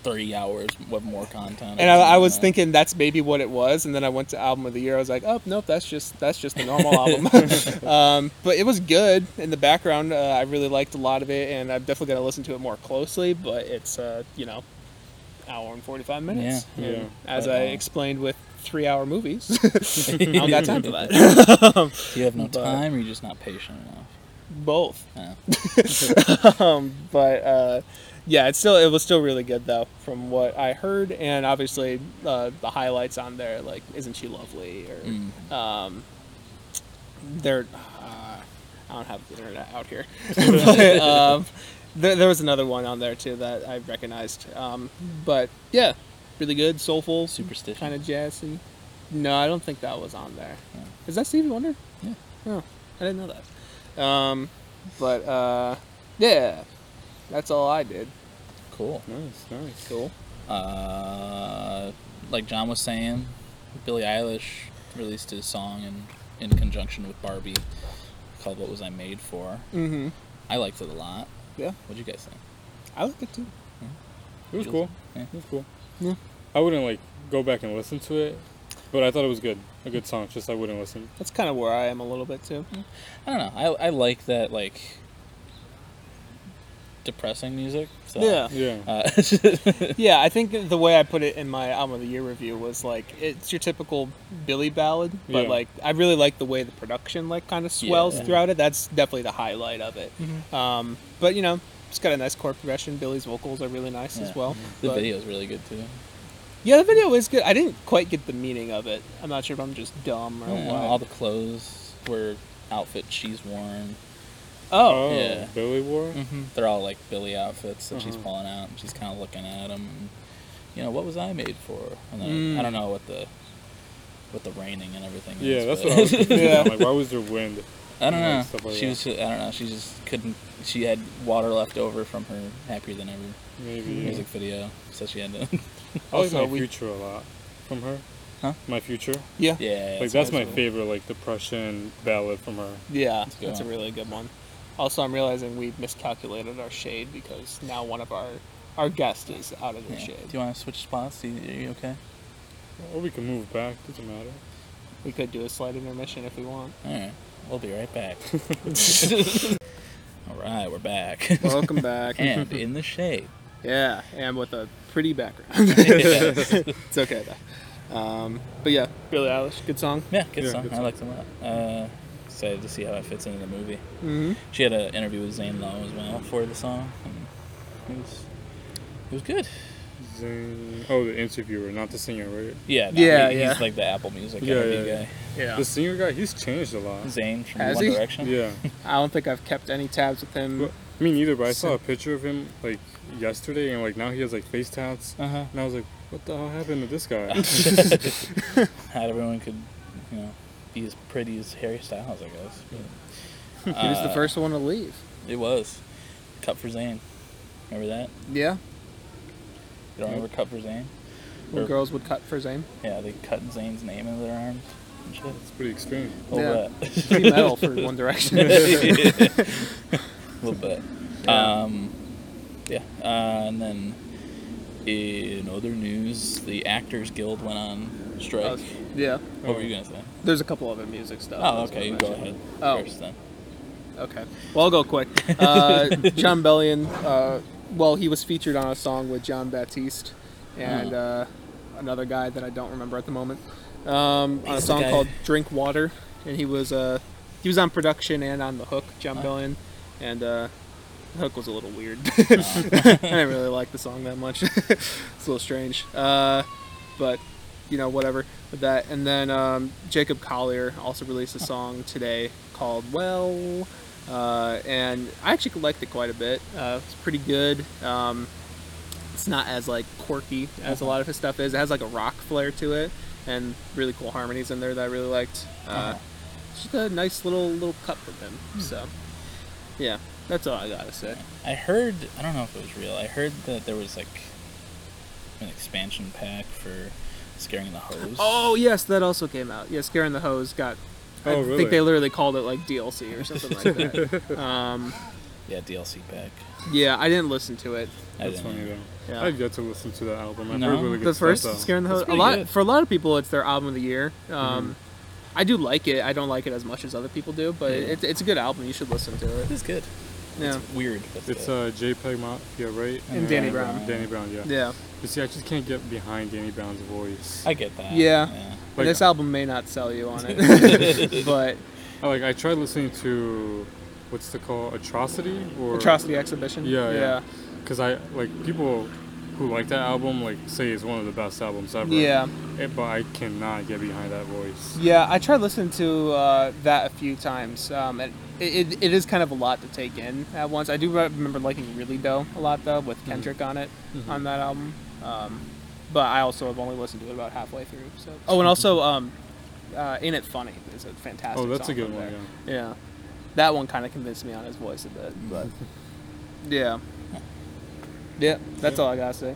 30 hours with more content. or
And I, I was
something like that.
thinking that's maybe what it was, and then I went to album of the year. I was like, oh nope, that's just that's just the normal album. um, but it was good in the background. Uh, I really liked a lot of it, and I'm definitely gonna listen to it more closely. But it's uh, you know, hour and forty five minutes.
Yeah.
And
Yeah.
As
But,
I
uh,
explained with three hour movies, I don't got time for that.
Do you have no
but-
time or you're just not patient enough?
Both.
Yeah.
um, but uh, yeah, it's still it was still really good though, from what I heard, and obviously uh, the highlights on there like "Isn't She Lovely" or
Mm.
um, there. Uh, I don't have the internet out here, but um, there, there was another one on there too that I recognized. Um, but yeah, really good, soulful,
Superstition.
kind of jazzy. No, I don't think that was on there. Is
Yeah.
that Stevie Wonder?
Yeah.
Oh, I didn't know that. Um, but uh, yeah, that's all I did.
Cool.
Nice, nice.
Cool.
Uh, like John was saying, Billie Eilish released a song in, in conjunction with Barbie called What Was I Made For?
Mm-hmm.
I liked it a lot.
Yeah,
What'd you guys think?
I like it too.
It was
Feels-
cool.
yeah.
It was cool.
Yeah.
I wouldn't like go back and listen to it, but I thought it was good. A good song. Just I wouldn't listen.
That's kind of where I am a little bit too.
I don't know. I, I like that, like, depressing music. So,
Yeah.
Yeah.
Uh,
Yeah, I think the way I put it in my album of the year review was like it's your typical Billy ballad, but
Yeah.
like I really like the way the production like kind of swells
Yeah. Mm-hmm.
throughout it. That's definitely the highlight of it. Um, but you know, it's got a nice chord progression. Billy's vocals are really nice
Yeah. Mm-hmm.
as well.
the
But-
video's really good, too.
Yeah, the video is good. I didn't quite get the meaning of it. I'm not sure if I'm just dumb or
Yeah,
what.
Mm-hmm. all the clothes were outfit she's worn.
oh, Mm.
yeah.
Billy War.
They're all like Billy outfits that she's
Uh-huh.
pulling out, and she's kind of looking at them. And, you know, what was I made for? And then I
Mm.
don't know what the what the raining and everything.
Yeah,
is,
that's
but-
what I was thinking.
Yeah.
Like, why was there wind?
I don't
Yeah,
know.
stuff like
she
that.
was. ju- I don't know. She just couldn't. She had water left over from her happier than ever
Maybe.
music video, so she had to.
I like
Also,
my
we-
future a lot from her.
Huh?
My future.
yeah, yeah,
yeah.
like that's my
cool.
favorite like depression ballad from her.
That's,
a good
a
one.
really good one. Also, I'm realizing we've miscalculated our shade because now one of our our guest is out of the
Yeah. Do
shade.
you want to switch spots? Do you, are you okay?
Or we can move back. Doesn't matter.
We could do a slight intermission if we want.
All right. We'll be right back. all right, we're back.
Welcome back.
and in the shade.
yeah, and with a pretty background. it's okay though. Um, but yeah, Billie Eilish, good song.
Yeah, good
Yeah,
song.
good
I
song.
liked it a lot. Uh, excited to see how it fits into the movie.
Mm-hmm.
She had an interview with Zane Lowe as well for the song. And it was, it was good.
Zane- Oh, the interviewer, not the singer, right?
Yeah, no,
Yeah,
he-
yeah.
He's like the Apple Music
Yeah,
interview
yeah, yeah.
guy.
Yeah,
The singer guy, he's changed a lot.
Zane from
Has
One
he?
Direction.
Yeah.
I don't think I've kept any tabs with him.
Well, Me neither, but I saw a picture of him like yesterday, and like now he has like face tats,
Uh huh.
and I was like, what the hell happened to this guy?
Not everyone could, you know, be as pretty as Harry Styles, I guess. but,
he was the
uh,
first one to leave.
It was. Cut for Zane. Remember that?
Yeah,
You don't remember Cut for Zane?
when
Or-
girls would cut for Zane.
Yeah, they cut Zane's name into their arms and shit.
it's pretty extreme.
A little bit.
Pretty metal for One Direction.
a little bit.
Yeah.
Um, yeah. Uh, and then in other news, the Actors Guild went on strike.
Uh, yeah,
What were you gonna say?
there's a couple other music stuff.
Oh,
as well,
okay. You
but-
go ahead
Oh.
first then.
Okay. Well, I'll go quick. Uh, John Bellion, uh, well, he was featured on a song with John Baptiste and uh, another guy that I don't remember at the moment um, on a
He's the
song
guy-
called "Drink Water," and he was uh, he was on production and on the hook. John Bellion, and uh, the hook was a little weird. I didn't really like the song that much. it's a little strange. Uh, but you know, whatever with that. And then um, Jacob Collier also released a song today called Well, uh, and I actually liked it quite a bit. Uh, it's pretty good. Um, it's not as like quirky as a lot of his stuff is. It has like a rock flair to it, and really cool harmonies in there that I really liked. Uh,
Uh-huh.
it's Just a nice little little cut from him. So, yeah, that's all I gotta say.
I heard. I don't know if it was real. I heard that there was like an expansion pack for scaring the hose.
Oh yes, that also came out. Yeah, Scare and the Hose got. I
Oh, really?
think they literally called it like DLC or something like that. Um,
Yeah, DLC pack.
yeah, I didn't listen to it.
I
That's
didn't
funny
know.
though.
Yeah.
I've yet to listen to that album. I've
No?
heard really good
the first
stuff, though.
Scare in the Hose, a
pretty
lot
good.
for a lot of people, it's their album of the year. Um, I do like it. I don't like it as much as other people do, but
Yeah.
it, it's a good album. You should listen to it.
It was good.
Yeah,
It's weird. But
It's
good.
uh, JPEG Mafia, right?
And Danny
uh,
Brown.
Danny Brown, yeah.
yeah.
You see, I just can't get behind Danny Brown's voice.
I get that.
uh, yeah.
yeah.
And
Like-
this album may not sell you on it, but
I, like I tried listening to, what's the call, Atrocity or
Atrocity Exhibition.
Yeah,
yeah,
yeah. Because I like people who like that album like say it's one of the best albums ever.
yeah.
Eh, but I cannot get behind that voice.
Yeah, I tried listening to uh, that a few times, um, and it, it, it is kind of a lot to take in at once. I do re- remember liking Really Dough a lot though,
Mm-hmm.
with Kendrick on it on that album. Um, but I also have only listened to it about halfway through. So oh, and also um, uh, Ain't It Funny is a fantastic.
Oh, that's a
song
good
from
one,
there. Yeah. that one kind of convinced me on his voice a bit, but yeah, yeah, that's all I gotta say.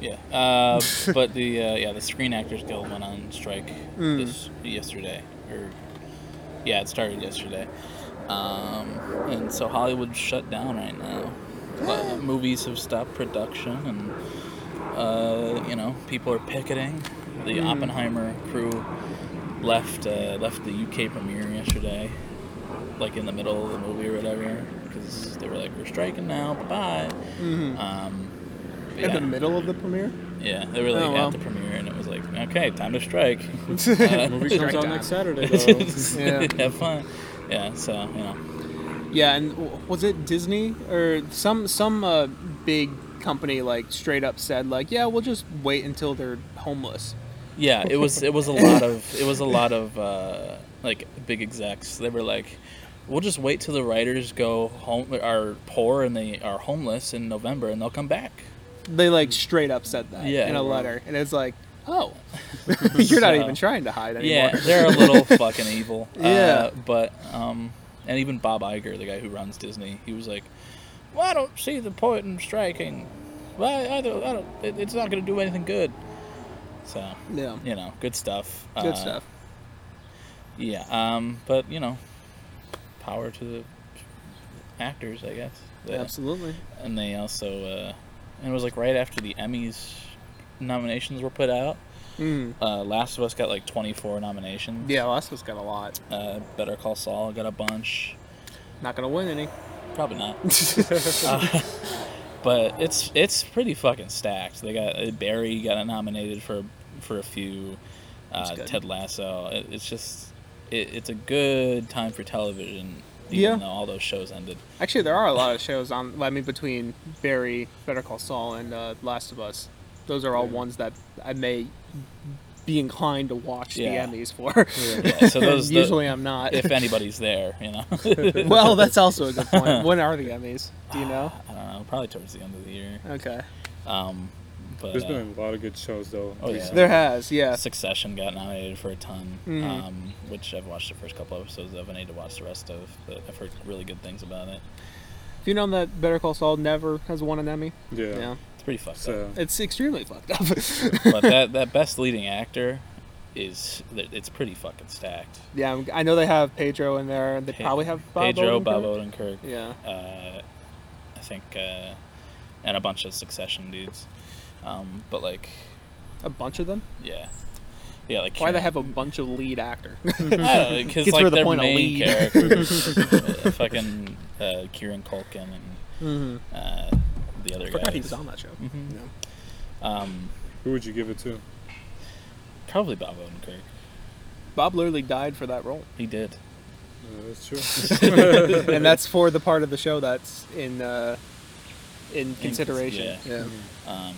Yeah, uh, but the uh, yeah the Screen Actors Guild went on strike
Mm.
this yesterday, or yeah, it started yesterday, um, and so Hollywood's shut down right now. Uh, movies have stopped production, and uh, you know people are picketing. The Oppenheimer crew left uh, left the UK premiere yesterday, like in the middle of the movie or whatever, because they were like, "We're striking now, bye bye."
Mm-hmm.
Um, but
In
yeah.
the middle of the premiere?
Yeah, they were like
Oh, well.
at the premiere, and it was like, okay, time to strike.
The movie
Strike
comes out
time.
next Saturday, though.
Yeah.
Have fun. Yeah, so you know,
Yeah, and w- was it Disney or some some uh, big company like straight up said like, yeah, we'll just wait until they're homeless.
yeah, it was it was a lot of it was a lot of uh, like big execs. They were like, we'll just wait till the writers go home are poor and they are homeless in November, and they'll come back.
They like straight up said that
Yeah.
in a letter, and it's like, oh, you're not
So-
even trying to hide anymore.
Yeah, they're a little fucking evil.
Yeah.
Uh, but um, and even Bob Iger, the guy who runs Disney, he was like, "Well, I don't see the point in striking. Well, I don't. I don't it, it's not going to do anything good." So
Yeah.
you know, good stuff.
Good
Uh,
stuff.
Yeah. Um, but you know, power to the actors, I guess. Yeah.
Absolutely.
And they also, uh, and it was like right after the Emmys nominations were put out.
Mm.
Uh, Last of Us got like 24 nominations.
Yeah, Last of Us got a lot.
Uh, Better Call Saul got a bunch.
Not gonna win any.
Probably not. Uh, but it's it's pretty fucking stacked. They got uh, Barry got nominated for for a few. Uh,
That's good.
Ted Lasso. It, it's just it, it's a good time for television. Even
Yeah.
though all those shows ended.
Actually, there are a lot of shows on. I mean, between Barry, Better Call Saul, and uh, Last of Us, those are all ones that I may be inclined to watch
Yeah.
the Emmys for.
Yeah, so those the-
Usually, I'm not.
if anybody's there, you know. I don't
well, that's also a good point. When are the Emmys? Do you know?
know. Probably towards the end of the year.
Okay.
Um, but
There's
uh,
been a lot of good shows, though.
Oh, yeah.
recently.
There has, yeah.
Succession got nominated for a ton,
Mhm.
um, which I've watched the first couple episodes of. I need to watch the rest of, but I've heard really good things about it.
Do you know that Better Call Saul never has won an Emmy?
Yeah.
Yeah.
It's pretty fucked
So,
It's extremely fucked up.
up. but that that best leading actor is that- it's pretty fucking stacked.
yeah, I'm, I know they have Pedro in there, and they
Pe-
probably have Bob
Pedro,
Odenkirk.
Bob Odenkirk,
Yeah.
uh, I think, uh, and a bunch of Succession dudes. Um, but like,
A bunch of them?
yeah, yeah, like
Why they have a bunch of lead actor?
because
Gets rid
like
of the
their
point of
main
lead.
characters, uh, fucking uh, Kieran Culkin and
mm-hmm.
uh, the other
I forgot
guys.
he was on that show.
Mhm.
Yeah.
Um,
who would you give it to? Uh,
probably Bob Odenkirk.
Bob literally died for that role,
He did.
Yeah, that's true.
and that's for the part of the show that's in uh, in consideration.
yeah.
Yeah.
Um,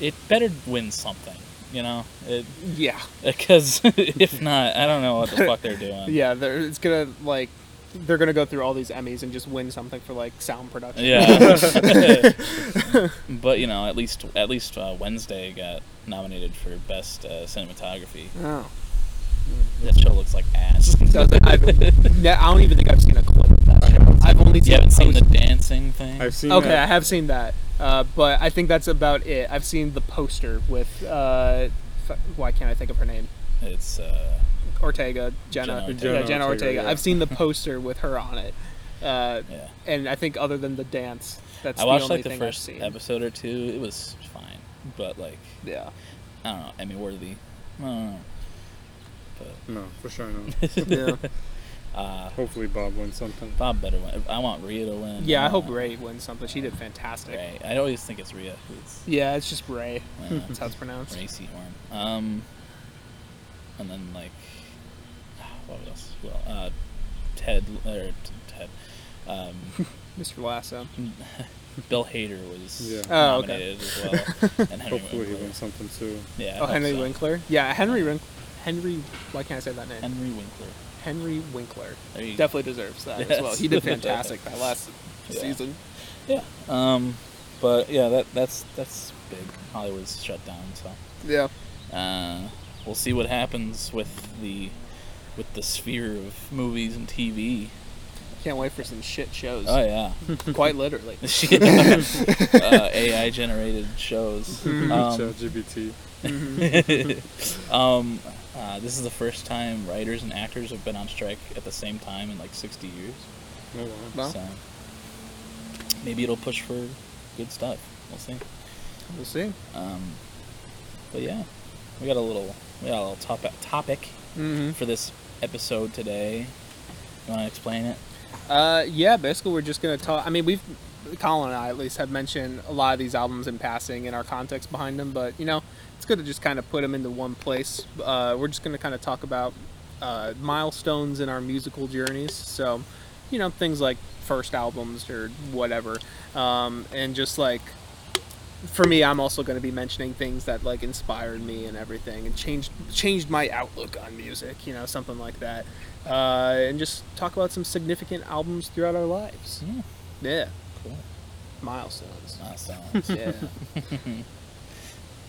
it better win something, you know,
yeah.
because if not, I don't know what the fuck they're doing.
Yeah, they're, it's gonna like they're gonna go through all these Emmys and just win something for like sound production.
Yeah. but you know, at least at least uh, Wednesday got nominated for best uh, cinematography.
Oh.
That show looks like ass.
So it's like, I've, yeah, I don't even think I've seen a clip of that show. I've only seen.
you haven't seen the
post-
dancing thing.
I've seen
okay, I
that.
have seen that, uh, but I think that's about it. I've seen the poster with. Uh, f- why can't I think of her name?
It's uh,
Ortega, Jenna, Jenna,
Jenna
Ortega.
yeah, Jenna
Ortega,
Ortega.
yeah.
I've seen the poster with her on it, uh,
yeah.
and I think other than the dance, that's
I watched
the only
like the
thing I've
first
seen.
episode or two. It was fine, but like
Yeah,
I don't know, Emmy worthy. I don't know.
No, for sure not.
yeah.
Uh,
Hopefully, Bob wins something.
Bob better win. I want Rhea to win.
yeah. I
want
hope Ray wins something. She did fantastic.
Ray. I always think it's Rhea. It's
Yeah, it's just Ray.
uh,
That's how it's pronounced.
Ray Seahorn. Um, and then like, what else? Well, uh, Ted or t- Ted, um,
Mr. Lasso.
Bill Hader was
Yeah.
Oh, okay.
nominated as well, and Henry
Hopefully, he
Winkler.
wins something too.
Yeah. I
oh,
hope
Henry
so.
Winkler. Yeah, Henry Winkler. Henry. Why can't I say that name?
Henry Winkler.
Henry Winkler.
There you go.
Definitely deserves that as well.
Yes.
He did fantastic that last
Yeah.
season.
Yeah. Um, but yeah, that that's that's big. Hollywood's shut down, so.
Yeah.
Uh, we'll see what happens with the with the sphere of movies and TV.
Can't wait for some shit shows.
Oh yeah.
Quite literally.
uh, AI generated shows. Um,
LGBT.
um, uh, this is the first time writers and actors have been on strike at the same time in like 60 years.
Oh, wow.
Well,
So maybe it'll push for good stuff. We'll see.
we'll see.
Um, but yeah, we got a little we got a little top, topic
Mm-hmm.
for this episode today. You want to explain it?
Uh, yeah, basically we're just gonna talk. I mean, we've Colin and I at least have mentioned a lot of these albums in passing and our context behind them, but you know, it's good to just kind of put them into one place. Uh, we're just gonna kind of talk about uh, milestones in our musical journeys. So, you know, things like first albums or whatever, um, and just like. For me, I'm also going to be mentioning things that like inspired me and everything, and changed changed my outlook on music. You know, something like that uh, and just talk about some significant albums throughout our lives.
Yeah,
Yeah,
cool.
milestones.
That sounds.
Yeah.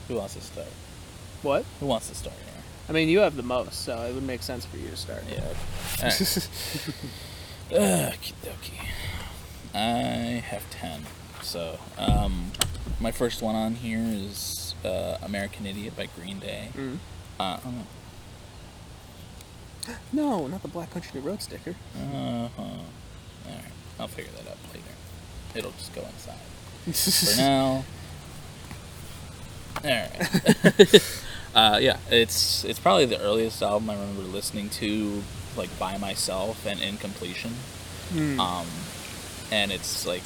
Who wants to start?
what?
Who wants to start here?
I mean, you have the most, so it would make sense for you to start.
Yeah. All right. Okie dokie. I have 10. So, um, my first one on here is uh, American Idiot by Green Day.
Mm.
Uh, oh,
No, not the Black Country Road sticker.
Uh-huh. All right. I'll figure that out later. It'll just go inside. For
Mm-hmm.
now. All right. uh, yeah, it's it's probably the earliest album I remember listening to, like by myself and in completion.
Mm.
Um, and it's like,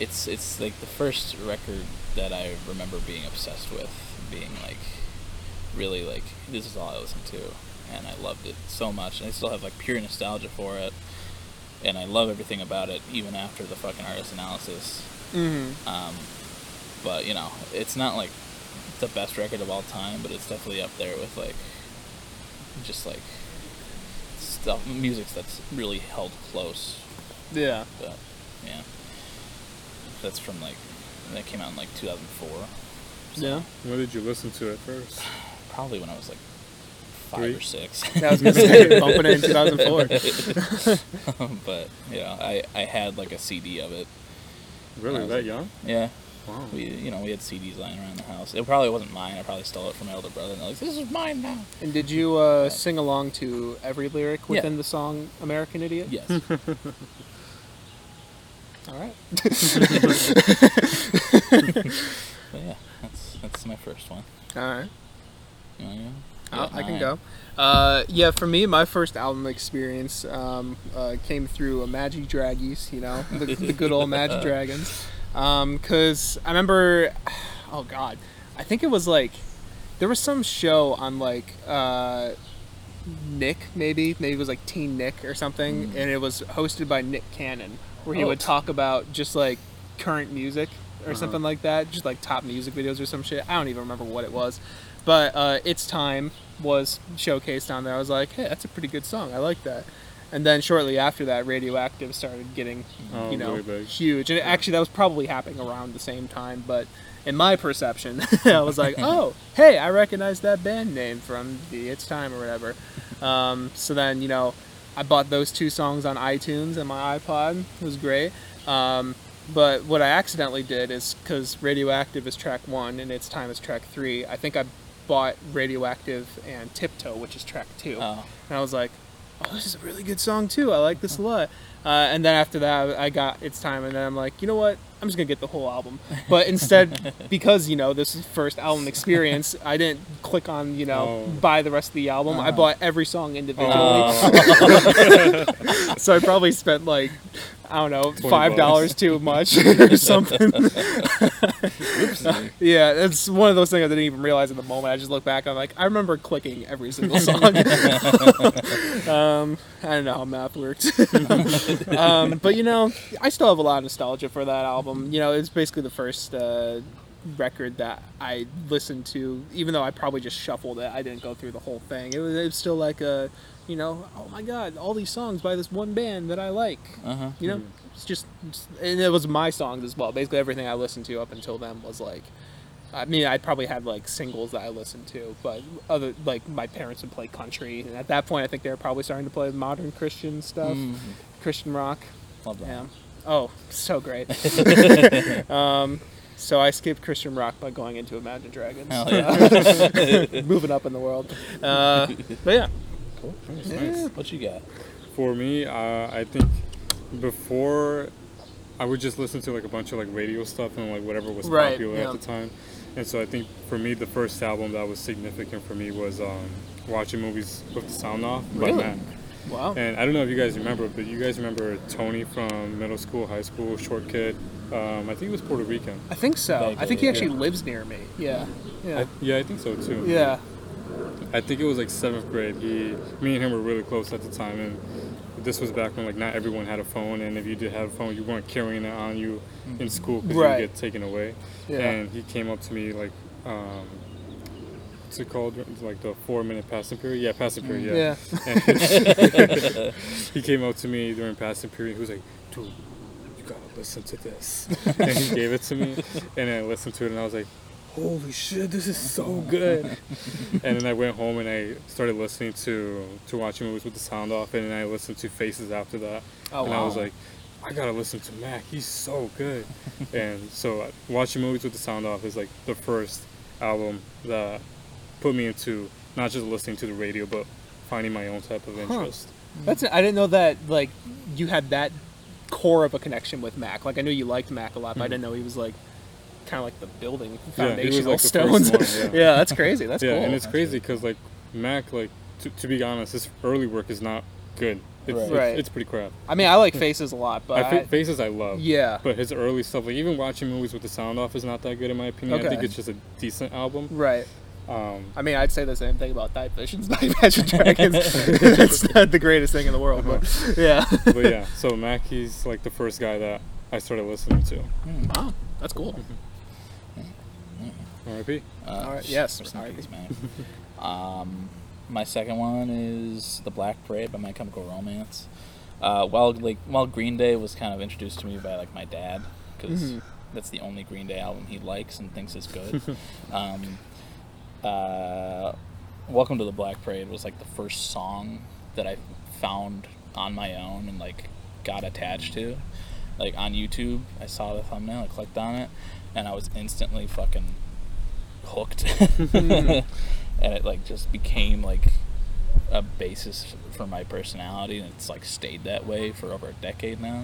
it's it's like the first record that I remember being obsessed with, being like, really like this is all I listened to, and I loved it so much, and I still have like pure nostalgia for it, and I love everything about it, even after the fucking artist analysis.
Mhm.
Um, but you know, it's not like the best record of all time, but it's definitely up there with like just like stuff music that's really held close.
Yeah.
But yeah, that's from like that came out in like 2004.
Yeah.
When did you listen to it first?
Probably when I was like five
Three.
or six.
That was gonna say bumping it in 2004.
but you know, I I had like a CD of it.
Really,
was
that
like-
young?
Yeah.
Wow.
We, you know, we had CDs lying around the house. It probably wasn't mine. I probably stole it from my older brother. And I was like, "This is mine now."
And did you uh, sing along to every lyric
Yeah.
within the song "American Idiot"?
Yes.
All right.
But yeah, that's that's my first one.
All right.
You wanna go?
I-
Yeah,
I can
mine.
go. Uh, yeah, for me, my first album experience um, uh, came through a Magic Draggies, you know, the, the good old Magic Dragons. Because I remember, oh God, I think it was like, there was some show on like uh, Nick, maybe. Maybe it was like Teen Nick or something. And it was hosted by Nick Cannon, where he
Oh.
would talk about just like current music or something like that, just like top music videos or some shit. I don't even remember what it was, but uh, "It's Time" was showcased on there. I was like, hey, that's a pretty good song. I like that. And then shortly after that, Radioactive started getting,
Oh,
you know,
really big.
huge. And actually, that was probably happening around the same time. But in my perception, I was like, oh, hey, I recognize that band name from the "It's Time" or whatever. Um, so then, you know, I bought those two songs on iTunes and my iPod. It was great. Um, but what I accidentally did is because Radioactive is track one and It's Time is track three, I think I bought Radioactive and Tiptoe, which is track two.
Oh,
And I was like, oh, this is a really good song too. I like this a lot. Uh, and then after that, I got It's Time, and then I'm like, you know what? I'm just going to get the whole album. But instead, because, you know, this is first album experience, I didn't click on, you know,
Oh.
buy the rest of the album. I
Uh-huh.
bought every song individually.
Oh,
So I probably spent like I don't know five dollars
bucks.
too much or something. yeah, it's one of those things I didn't even realize at the moment. I just look back, I'm like, I remember clicking every single song. um, I don't know how math works, um, but you know, I still have a lot of nostalgia for that album. You know, it's basically the first. Uh, record that I listened to, even though I probably just shuffled it. I didn't go through the whole thing. It was, it was still like a, you know, oh my god, all these songs by this one band that I like.
uh-huh.
You know, it's just, it's- and it was my songs as well. Basically, everything I listened to up until then was like I mean, I probably had like singles that I listened to, but other like my parents would play country, and at that point, I think they were probably starting to play modern Christian stuff,
Mm,
Christian rock.
love that.
Yeah. Oh, so great. um, so I skipped Christian rock by going into Imagine Dragons.
Hell
Moving up in the world. Uh, but yeah,
Cool.
Nice.
What you got?
For me, uh, I think before I would just listen to like a bunch of like radio stuff and like whatever was
Right,
popular
yeah.
at the time. And so I think for me, the first album that was significant for me was um, watching movies with the sound off by
Really?
Matt.
wow.
And I don't know if you guys remember, but you guys remember Tony from middle school, high school, short kid. Um, I think he was Puerto Rican.
I think so. I think he
Vaguely,
actually
yeah.
lives near me. Yeah. Yeah.
I, yeah, I think so too.
yeah.
I think it was like seventh grade. He, me and him were really close at the time, and this was back when like not everyone had a phone, and if you did have a phone, you weren't carrying it on you in school because
Mm. Right.
you get taken away.
Yeah.
And he came up to me like, um, what's it called? It's like the four minute passing period. Yeah, passing period. Yeah.
Yeah.
And he came up to me during passing period. He was like, dude, you gotta listen to this. and he gave it to me, and I listened to it, and I was like, holy shit, this is so good. and then I went home and I started listening to to watching movies with the sound off, and then I listened to Faces after that,
Oh,
and I was
wow.
like. I gotta listen to Mac. He's so good, and so uh, watching movies with the sound off is like the first album that put me into not just listening to the radio, but finding my own type of interest.
That's I didn't know that like you had that core of a connection with Mac. Like I knew you liked Mac a lot, but I didn't know he was like kind of like the building
Mm-hmm. Yeah, he
foundational
was, like, the
stones.
first one,
yeah.
yeah.
that's crazy. That's
yeah,
cool.
and it's
That's
crazy because like Mac, like to, to be honest, his early work is not good. It's,
Right.
it's,
Right.
it's pretty crap.
I mean, I like faces a lot, but
I
I,
think faces I love.
yeah,
But his early stuff, like even watching movies with the sound off, is not that good in my opinion. I think
Okay.
it's just a decent album.
right.
Um,
I mean, I'd say the same thing about Night Visions by Imagine Dragons. it's not the greatest thing in the world, but
Uh-huh.
yeah.
but yeah, so Mac, he's like the first guy that I started listening to.
Wow, that's cool.
R.I.P.
Hmm. Uh,
All right, yes,
rest in
all right.
peace, man. um, my second one is the Black Parade by My Chemical Romance. Uh, while like while Green Day was kind of introduced to me by like my dad because that's the only Green Day album he likes and thinks is good. um, uh, Welcome to the Black Parade was like the first song that I found on my own and like got attached to. Like on YouTube, I saw the thumbnail, I clicked on it, and I was instantly fucking hooked and it like just became like a basis for my personality and it's like stayed that way for over a decade now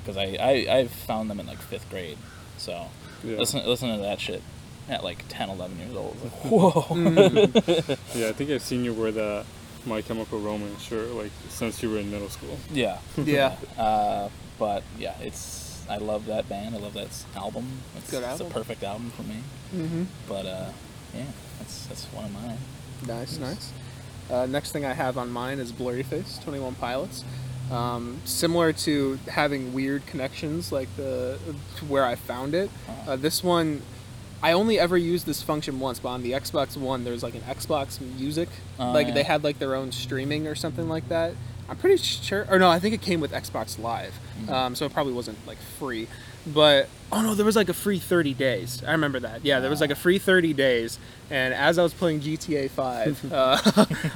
because I, I i found them in like fifth grade so
Yeah.
listen listen to that shit at like 10 11 years old like, whoa
Mm-hmm.
Yeah, I think I've seen you wear that My Chemical Romance shirt like since you were in middle school.
yeah
Yeah,
uh, but yeah it's i love that band i love that s- album it's,
Good
it's a
album.
perfect album for me
Mhm.
but uh yeah that's that's one of mine
nice, nice. Uh, next thing I have on mine is Blurry Face, Twenty One Pilots. Um, similar to having weird connections, like the to where I found it.
Uh-huh.
Uh, this one, I only ever used this function once, but on the Xbox One, there's like an Xbox Music,
Oh,
like
yeah.
they had like their own streaming or something like that. I'm pretty sure, or no, I think it came with Xbox Live,
Mm-hmm.
um, so it probably wasn't like free. But oh no, there was like a free 30 days. I remember that. Yeah, there was like a free 30 days, and as I was playing GTA 5, uh,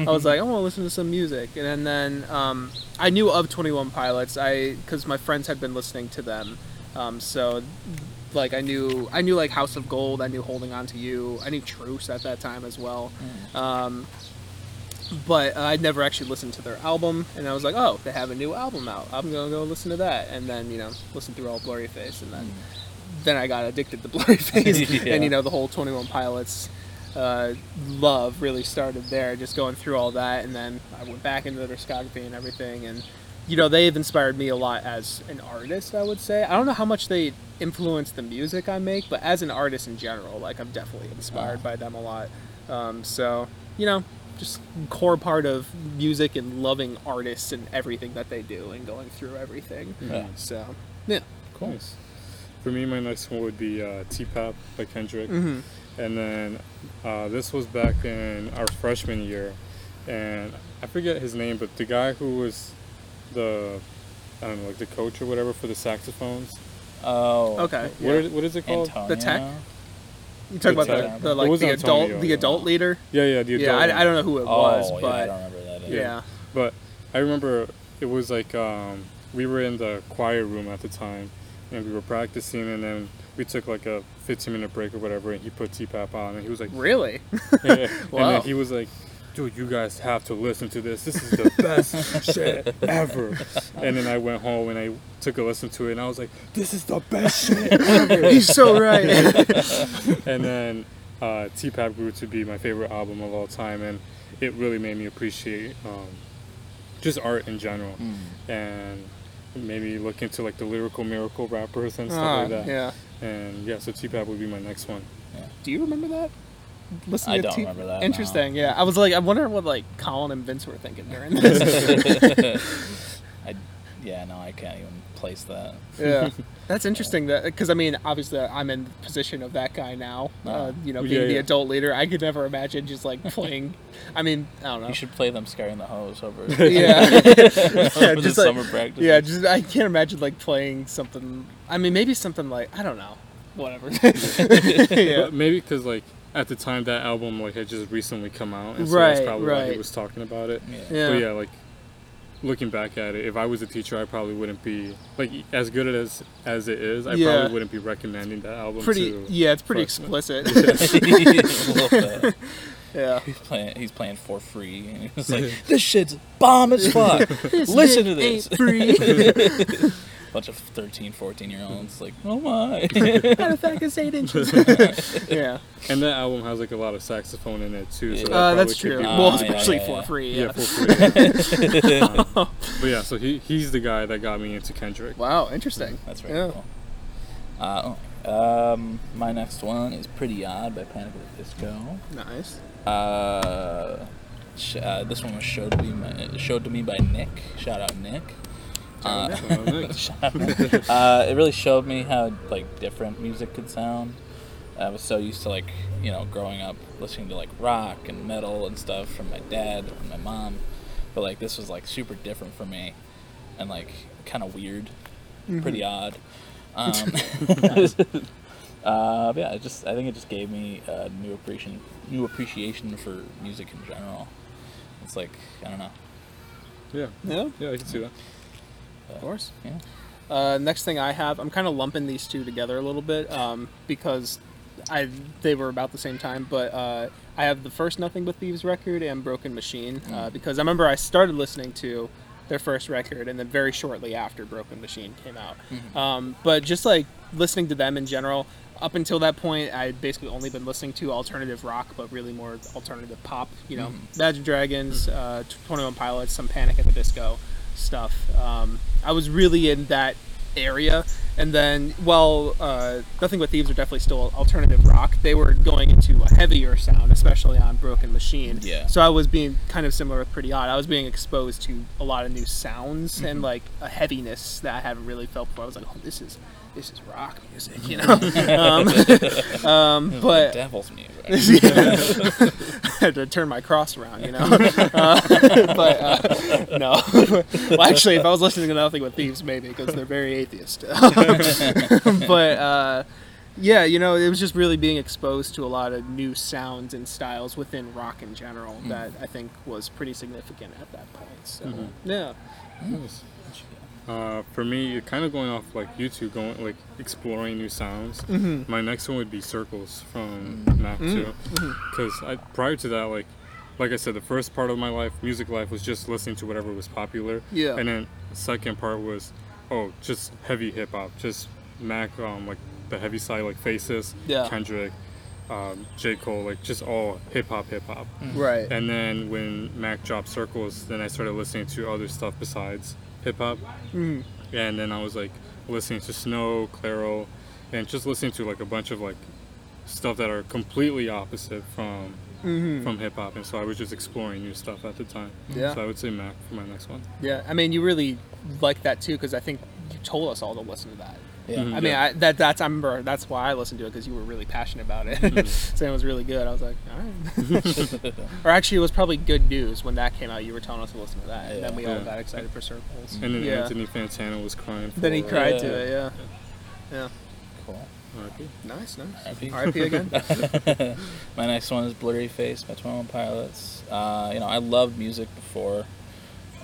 I was like, I want to listen to some music, and then um, I knew of 21 Pilots, I because my friends had been listening to them, um, so like I knew I knew like House of Gold, I knew Holding On to You, I knew Truce at that time as well. Um, but uh, I'd never actually listened to their album, and I was like, oh, they have a new album out. I'm gonna go listen to that, and then you know listen through all Blurry Face, and then then I got addicted to Blurry Face,
Yeah.
and you know the whole Twenty One Pilots uh, love really started there, just going through all that, and then I went back into their discography and everything, and you know they've inspired me a lot as an artist. I would say I don't know how much they influence the music I make, but as an artist in general, like I'm definitely inspired by them a lot. Um, so you know, just core part of music and loving artists and everything that they do and going through everything.
yeah
So yeah,
cool
Nice. For me, my next one would be uh, T-Pop by Kendrick.
Mhm.
And then uh, this was back in our freshman year. And I forget his name, but the guy who was the, I don't know, like the coach or whatever for the saxophones.
oh
okay,
What, are- what is it called?
Antonio.
The tech? You talking
It's,
about
uh,
the, the
it
like
was
the
Antonio,
adult the
yeah.
adult leader?
Yeah, yeah, the adult
yeah,
one.
I, I don't know who it was,
oh, yeah, I
but
don't remember that. Either.
yeah,
But I remember it was like um, we were in the choir room at the time, and we were practicing, and then we took like a 15 minute break or whatever, and he put TPAP on, and he was like,
really.
and
Wow.
then he was like, dude, you guys have to listen to this. This is the best shit ever. And then I went home and I took a listen to it, and I was like, this is the best shit.
He's so right.
and then uh, T-Pap grew to be my favorite album of all time, and it really made me appreciate um, just art in general,
Mm.
and it made me look into like the lyrical miracle rappers and stuff
Ah,
like that.
yeah.
And yeah, so T-Pap would be my next one.
Do you remember that? Listen
I
to
don't
T-
remember that, no.
Interesting. Yeah, I was like, I wonder what like Colin and Vince were thinking during this.
I, yeah, no, I can't even place that.
yeah, that's interesting. That because I mean, obviously, uh, I'm in the position of that guy now. Uh, you know,
Ah. Yeah,
being the
yeah.
adult leader, I could never imagine just like playing. I mean, I don't know.
You should play them scaring the hose over,
yeah,
over the
just like-
summer practice.
yeah. Just I can't imagine like playing something. I mean, maybe something like I don't know. Whatever. yeah.
But maybe because like at the time that album like had just recently come out, and so that's
Right,
probably why
right.
he was talking about it.
Yeah.
Yeah.
But yeah, like looking back at it, if I was a teacher, I probably wouldn't be like as good as as it is. I
Yeah.
probably wouldn't be recommending that album.
Pretty.
to
Yeah, it's pretty
freshmen.
explicit.
He's a little bit-
yeah.
he's playing. He's playing for free, and he was like, "This shit's bomb as fuck. Listen to this." Bunch of 13, 14 year olds like, "Oh my."
Matter of fact, it's eight inches. yeah,
And that album has like a lot of saxophone in it too. So that
uh, that's
probably
true.
could be-
Ah,
well,
yeah,
especially
yeah, yeah.
for free.
yeah,
Yeah.
for free. Um, but yeah, so he he's the guy that got me into Kendrick.
Wow, interesting.
That's
right.
really cool. Uh, oh, um, my next one is Pretty Odd by Panic at the Disco.
Nice.
Uh, sh- uh, this one was showed to me my, showed to me by Nick. Shout out Nick. Uh,
So, like,
shout out Nick. uh, it really showed me how like different music could sound. I was so used to like you know growing up listening to like rock and metal and stuff from my dad and my mom, but like this was like super different for me, and like kind of weird, pretty odd. Um, uh, but yeah, it just I think it just gave me a new appreciation new appreciation for music in general. It's like I don't know.
yeah,
Yeah,
yeah, I can see that.
of course.
Yeah.
Uh, next thing I have, I'm kind of lumping these two together a little bit um, because I they were about the same time. But uh, I have the first Nothing But Thieves record and Broken Machine uh, because I remember I started listening to their first record and then very shortly after Broken Machine came out. Um, but just like listening to them in general, up until that point, I had basically only been listening to alternative rock, but really more alternative pop. You know, Imagine Dragons, uh, Twenty One Pilots, some Panic at the Disco stuff. Um, I was really in that area, and then while uh, Nothing But Thieves are definitely still alternative rock, they were going into a heavier sound, especially on Broken Machine.
Yeah.
So I was being kind of similar with Pretty Odd. I was being exposed to a lot of new sounds and like a heaviness that I haven't really felt before. I was like, oh, this is this is rock music, you know. um, um, but
Devil's music.
had to turn my cross around, you know. Uh, but uh, no, well, actually, if I was listening to nothing but thieves, maybe because they're very atheist. but uh, yeah, you know, it was just really being exposed to a lot of new sounds and styles within rock in general that I think was pretty significant at that point. So yeah,
Nice. Uh, for me, kind of going off like you two, going like exploring new sounds.
Mm-hmm.
My next one would be Circles from Map Two,
Mm-hmm.
because I prior to that, like, like I said, the first part of my life, music life, was just listening to whatever was popular.
Yeah.
And then second part was, oh, just heavy hip hop, just Mac, um, like the heavy side, like Faces,
Yeah.
Kendrick, um, J Cole, like just all hip hop, hip hop.
right.
And then when Mac dropped Circles, then I started listening to other stuff besides hip hop.
Mm.
And then I was like listening to Snow, Claro, and just listening to like a bunch of like stuff that are completely opposite from from hip hop. And so I was just exploring new stuff at the time.
Mm-hmm. Yeah.
So I would say Mac for my next one.
Yeah, I mean, you really liked that too because I think you told us all to listen to that.
Yeah.
I mean, I, that that's I remember that's why I listened to it because you were really passionate about
Mm-hmm.
it. Saying it was really good. I was like, all right. or actually, it was probably good news when that came out. You were telling us to listen to that, and then we all
Yeah.
got excited for circles.
And then
yeah.
Anthony Fantano was crying. For
Then he
it.
cried
Yeah.
to it. Yeah. Yeah.
Cool.
Okay.
Nice, nice.
RIP.
RIP again.
my next one is Blurry Face by Twenty One Pilots. Uh, you know, I loved music before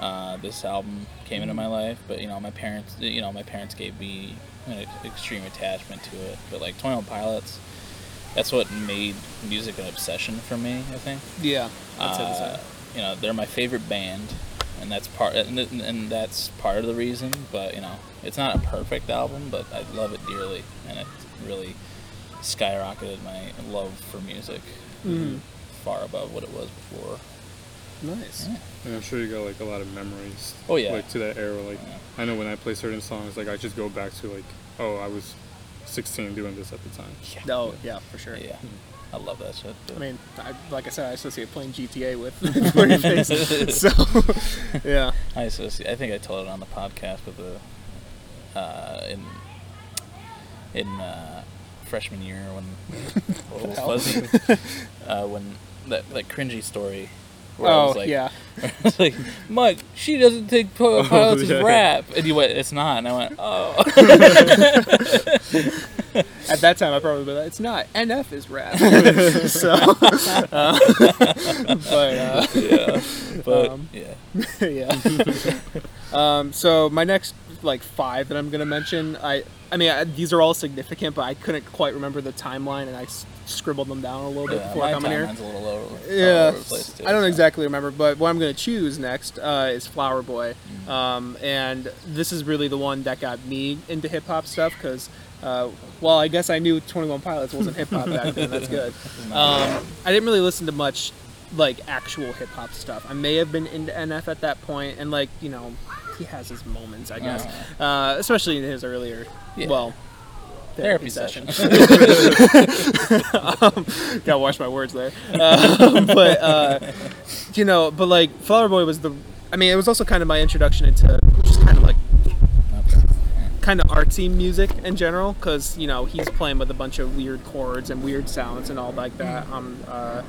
uh, this album came into my life, but you know, my parents, you know, my parents gave me an extreme attachment to it. But like Twenty One Pilots, that's what made music an obsession for me. I think.
yeah. I'd say the
Uh,
same.
you know, they're my favorite band, and that's part and, th- and that's part of the reason. But you know, it's not a perfect album, but I love it dearly, and it really skyrocketed my love for music
Mhm.
far above what it was before.
Uh, Nice.
Yeah.
And I'm sure you got like a lot of memories.
Oh, yeah.
Like to that era. Like
Yeah.
I know when I play certain songs, like I just go back to like, oh, I was 16 doing this at the time.
Oh, yeah, for sure.
Yeah, I love that shit.
I mean, I, like I said, I associate playing GTA with Blurry Face. So, yeah.
I associate. I think I told it on the podcast with the uh, in in uh, freshman year when what was
hell?
Fuzzy? uh, when that that cringy story. Where I
Oh,
was like,
yeah. Oh,
it's like, Mike, she doesn't take po- pilots as
yeah.
rap, and you went, it's not, and I went, oh,
At that time, I probably would be like, it's not. NF is rap. so, uh, but, uh,
yeah, but
Um,
yeah,
uh, yeah. Um, so, my next, like, five that I'm going to mention, I, I mean, I, these are all significant, but I couldn't quite remember the timeline, and I s- scribbled them down a little bit
yeah,
before
my
coming here.
timeline's a little over, all
Yeah,
over the place too,
I don't
so.
exactly remember, but what I'm going to choose next uh, is Flower Boy,
Mm-hmm.
um, and this is really the one that got me into hip hop stuff because, uh, well, I guess I knew Twenty One Pilots wasn't hip hop back then. That's good. Um, I didn't really listen to much like actual hip hop stuff. I may have been into NF at that point, and like you know, he has his moments, I guess, uh, especially in his earlier,
Uh-huh. Yeah.
well,
Therapy session.
Um, gotta watch my words there. Um, but uh, you know, but like Flower Boy was the. I mean, it was also kind of my introduction into just kind of like kind of artsy music in general, because you know he's playing with a bunch of weird chords and weird sounds and all like that.
Mm-hmm.
Um, uh,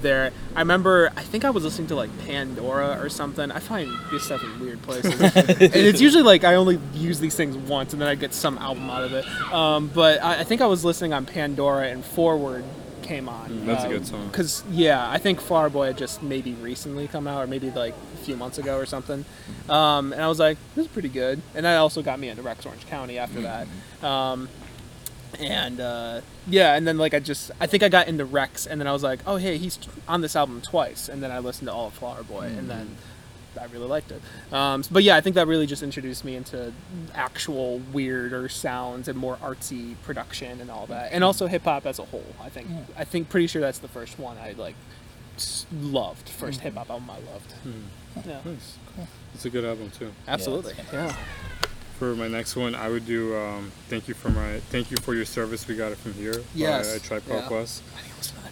there, I remember. I think I was listening to like Pandora or something. I find this stuff in weird places, and it's usually like I only use these things once, and then I get some album out of it. Um, but I, I think I was listening on Pandora, and Forward came on.
Mm, that's a good song.
Because yeah, I think Flower Boy had just maybe recently come out, or maybe like a few months ago or something. Um, and I was like, this is pretty good. And that also got me into Rex Orange County after that. Um, and uh, yeah, and then like I just, I think I got into Rex, and then I was like, oh hey, he's on this album twice. And then I listened to all of Flower Boy, and then I really liked it. Um, s- but yeah, I think that really just introduced me into actual weirder sounds and more artsy production and all that, and also hip hop as a whole. I think I think pretty sure that's the first one I like s- loved 1st hip hop album I loved. Yeah,
Nice. Hmm. It's a good album too.
absolutely.
that's
Yeah,
For my next one, I would do um, "Thank You for My Thank You for Your Service." We got it from here
Yes.
by uh, Tripod
Yeah.
Quest,
I think I'll listen to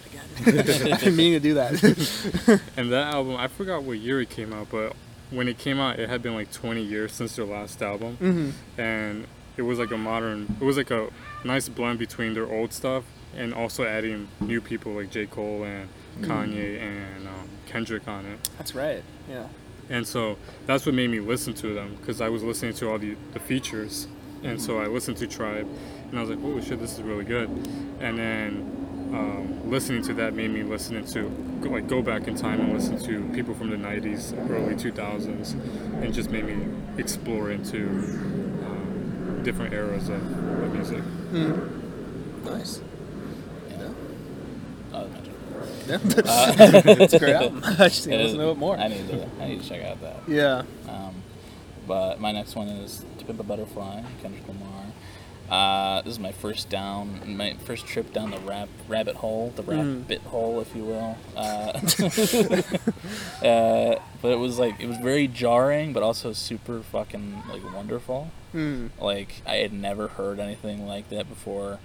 that again. I've been meaning to do that.
and that album I forgot what year it came out, but when it came out, it had been like 20 years since their last album, and it was like a modern. It was like a nice blend between their old stuff and also adding new people like J. Cole and Kanye and um, Kendrick on it.
That's right. Yeah.
and so that's what made me listen to them because I was listening to all the, the features, and so I listened to Tribe, and I was like, oh shit, this is really good, and then um, listening to that made me listen to go, like go back in time and listen to people from the '90s, early 2000s, and just made me explore into um, different eras of of music.
Nice.
Yeah. Oh, that's my turn.
Yeah. It's a great album. I just need
It
to
is-
listen to it more.
I need to, I need to check out that.
Yeah.
Um, but my next one is To Pimp a Butterfly, Kendrick Lamar. Uh, this is my first down, my first trip down the rap, rabbit hole, the rap
Mm.
bit hole, if you will. Uh, uh, but it was like it was very jarring, but also super fucking like wonderful.
Mm.
Like I had never heard anything like that before.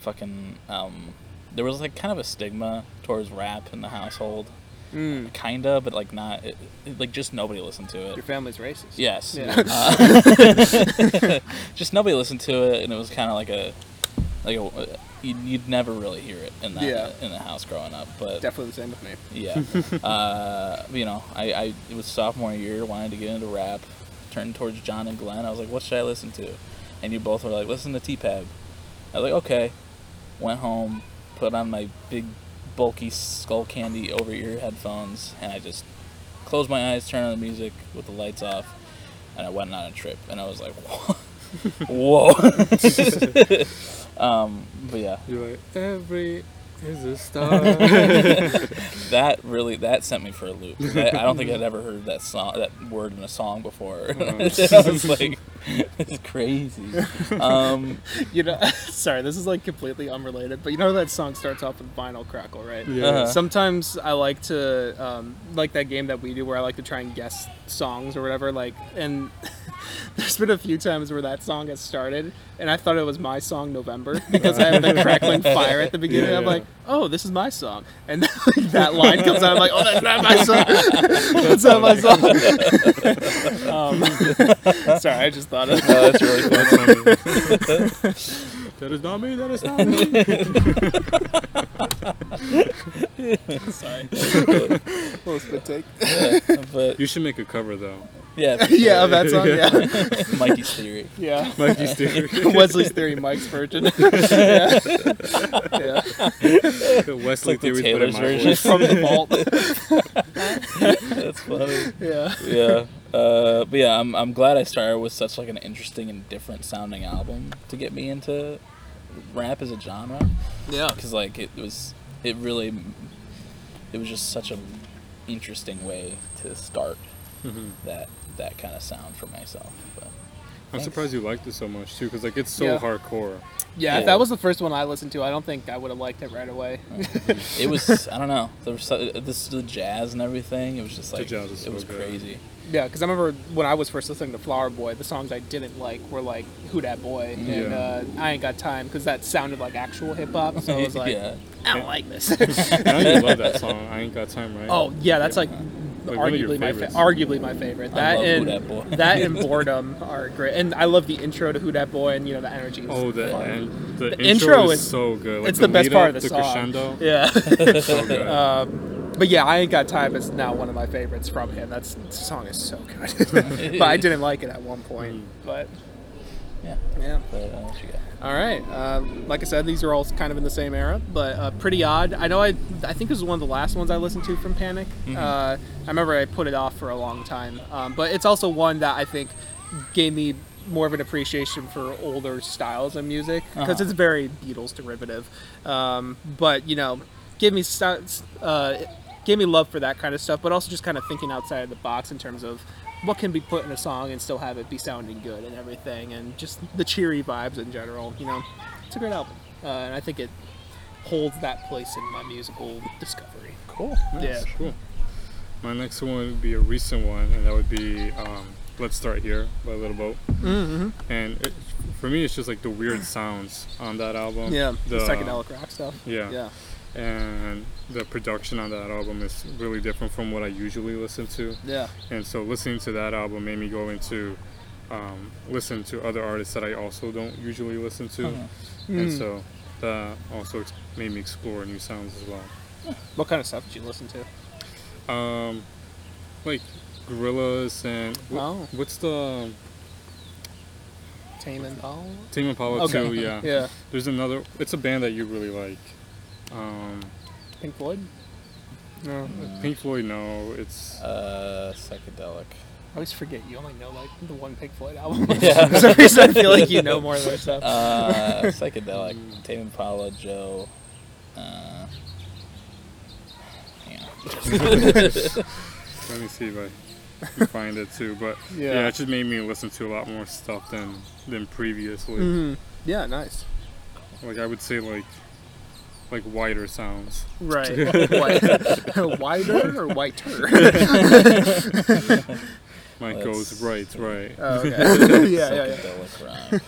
Fucking, um, there was like kind of a stigma towards rap in the household,
Mm.
kinda, but like not, it, it- like just nobody listened to it.
Your family's racist.
Yes.
Yeah.
Uh, just nobody listened to it, and it was kind of like a like a you'd, you'd never really hear it in that
Yeah.
in the house growing up, but
Definitely the same with me.
yeah, uh, you know, I, I it was sophomore year, wanted to get into rap, turned towards John and Glenn. I was like, what should I listen to? And you both were like, listen to T-Pab. I was like, okay. Went home, put on my big, bulky skull candy over ear headphones, and I just closed my eyes, turned on the music with the lights off, and I went on a trip. And I was like, whoa. um, but yeah,
You're like every is a star.
that really that sent me for a loop. I, I don't think I'd ever heard that song, that word in a song before. I was like, this is crazy. Um,
You know, sorry, this is like completely unrelated, but you know that song starts off with vinyl crackle, right?
yeah.
Uh-huh.
Sometimes I like to um, like that game that we do where I like to try and guess songs or whatever. Like, and there's been a few times where that song has started, and I thought it was my song November because I had the crackling fire at the beginning.
Yeah,
I'm
yeah.
like, oh, this is my song, and then, like, that line comes out. I'm like, oh, that's not my song. that's not my song. um, sorry, I just thought of.
no, oh, that's really cool.
That's funny. that is not me. That is not me.
Sorry, little spit take.
Yeah, but
You should make a cover though.
yeah,
yeah, of that song. Yeah,
Mikey's theory.
yeah.
Mikey's theory.
Wesley's theory, Mike's version. yeah. yeah.
the
It's
Wesley
like the
theory, but in
Taylor's
my
version
voice.
from the vault.
That's
funny.
Yeah.
Yeah. Uh, but yeah, I'm, I'm glad I started with such like an interesting and different sounding album to get me into rap as a genre
Yeah.
because like it was it really it was just such a interesting way to start
Mhm.
that that kind of sound for myself. But
I'm
Thanks.
surprised you liked it so much too, because like it's so
Yeah.
hardcore.
Yeah, if
Yeah.
that was the first one I listened to, I don't think I would have liked it right away.
it was I don't know there was so, this the jazz and everything it was just
The
like
jazz is
it was
so good.
crazy.
Yeah, because I remember when I was first listening to Flower Boy, the songs I didn't like were like Who Dat Boy and
Yeah.
uh, I Ain't Got Time, because that sounded like actual hip hop. So I was like,
yeah.
I don't like this.
Now you love that song. I ain't got time, right?
oh yeah, that's like.
Like, one of your
arguably my fa-
favorites.
arguably my favorite.
I
That
love Who
and
Dat Boy.
that and boredom are great. And I love the intro to Who Dat Boy and you know the energy. is
Oh, the,
fun.
and the,
The
intro,
intro
is,
is-
so good. Like,
it's the, best
lead-up,
part of the,
the
song.
crescendo.
Yeah.
So good.
um, but yeah, I ain't got time. It's now one of my favorites from him. That's the song is so good. but I didn't like it at one point. But
Yeah.
yeah.
But, uh, what you got?
All right. Uh, like I said, these are all kind of in the same era, but uh, pretty odd. I know I, I think this is one of the last ones I listened to from Panic. Uh, I remember I put it off for a long time, um, but it's also one that I think gave me more of an appreciation for older styles of music because
Uh-huh.
it's very Beatles derivative. Um, but you know, gave me st- uh, gave me love for that kind of stuff, but also just kind of thinking outside of the box in terms of what can be put in a song and still have it be sounding good and everything, and just the cheery vibes in general. You know, it's a great album, uh, and I think it holds that place in my musical discovery.
Cool.
Nice,
yeah.
Cool. My next one would be a recent one, and that would be um, "Let's Start Here" by Little Boat.
Mm-hmm.
And it, for me, it's just like the weird sounds on that album.
Yeah,
The, uh,
the psychedelic rock stuff.
Yeah.
Yeah,
And the production on that album is really different from what I usually listen to.
yeah,
And so listening to that album made me go into um, listen to other artists that I also don't usually listen to.
Uh-huh.
And
Mm.
so that also ex- made me explore new sounds as well.
What kind of stuff did you listen to?
um, like gorillas and wh-
Oh.
what's the um,
Tame Impala.
Tame Impala
Okay.
too? Yeah.
Yeah.
There's another. It's a band that you really like. Um,
Pink Floyd.
no, Pink Floyd. No, it's
Uh, psychedelic.
I always forget you only know like the one Pink Floyd album.
Yeah.
For some reason, I feel like you know more of their stuff.
Uh, psychedelic. Tame Impala, Joe. Uh, hang on.
let me see if I can find it too. But yeah.
Yeah.
it just made me listen to a lot more stuff than than previously.
Mhm. Yeah, nice.
Like I would say like like wider sounds.
Right. White. Wider or whiter?
Mine
Well,
goes
that's-
right, right.
oh, okay. yeah, yeah, yeah.
psychedelic rock.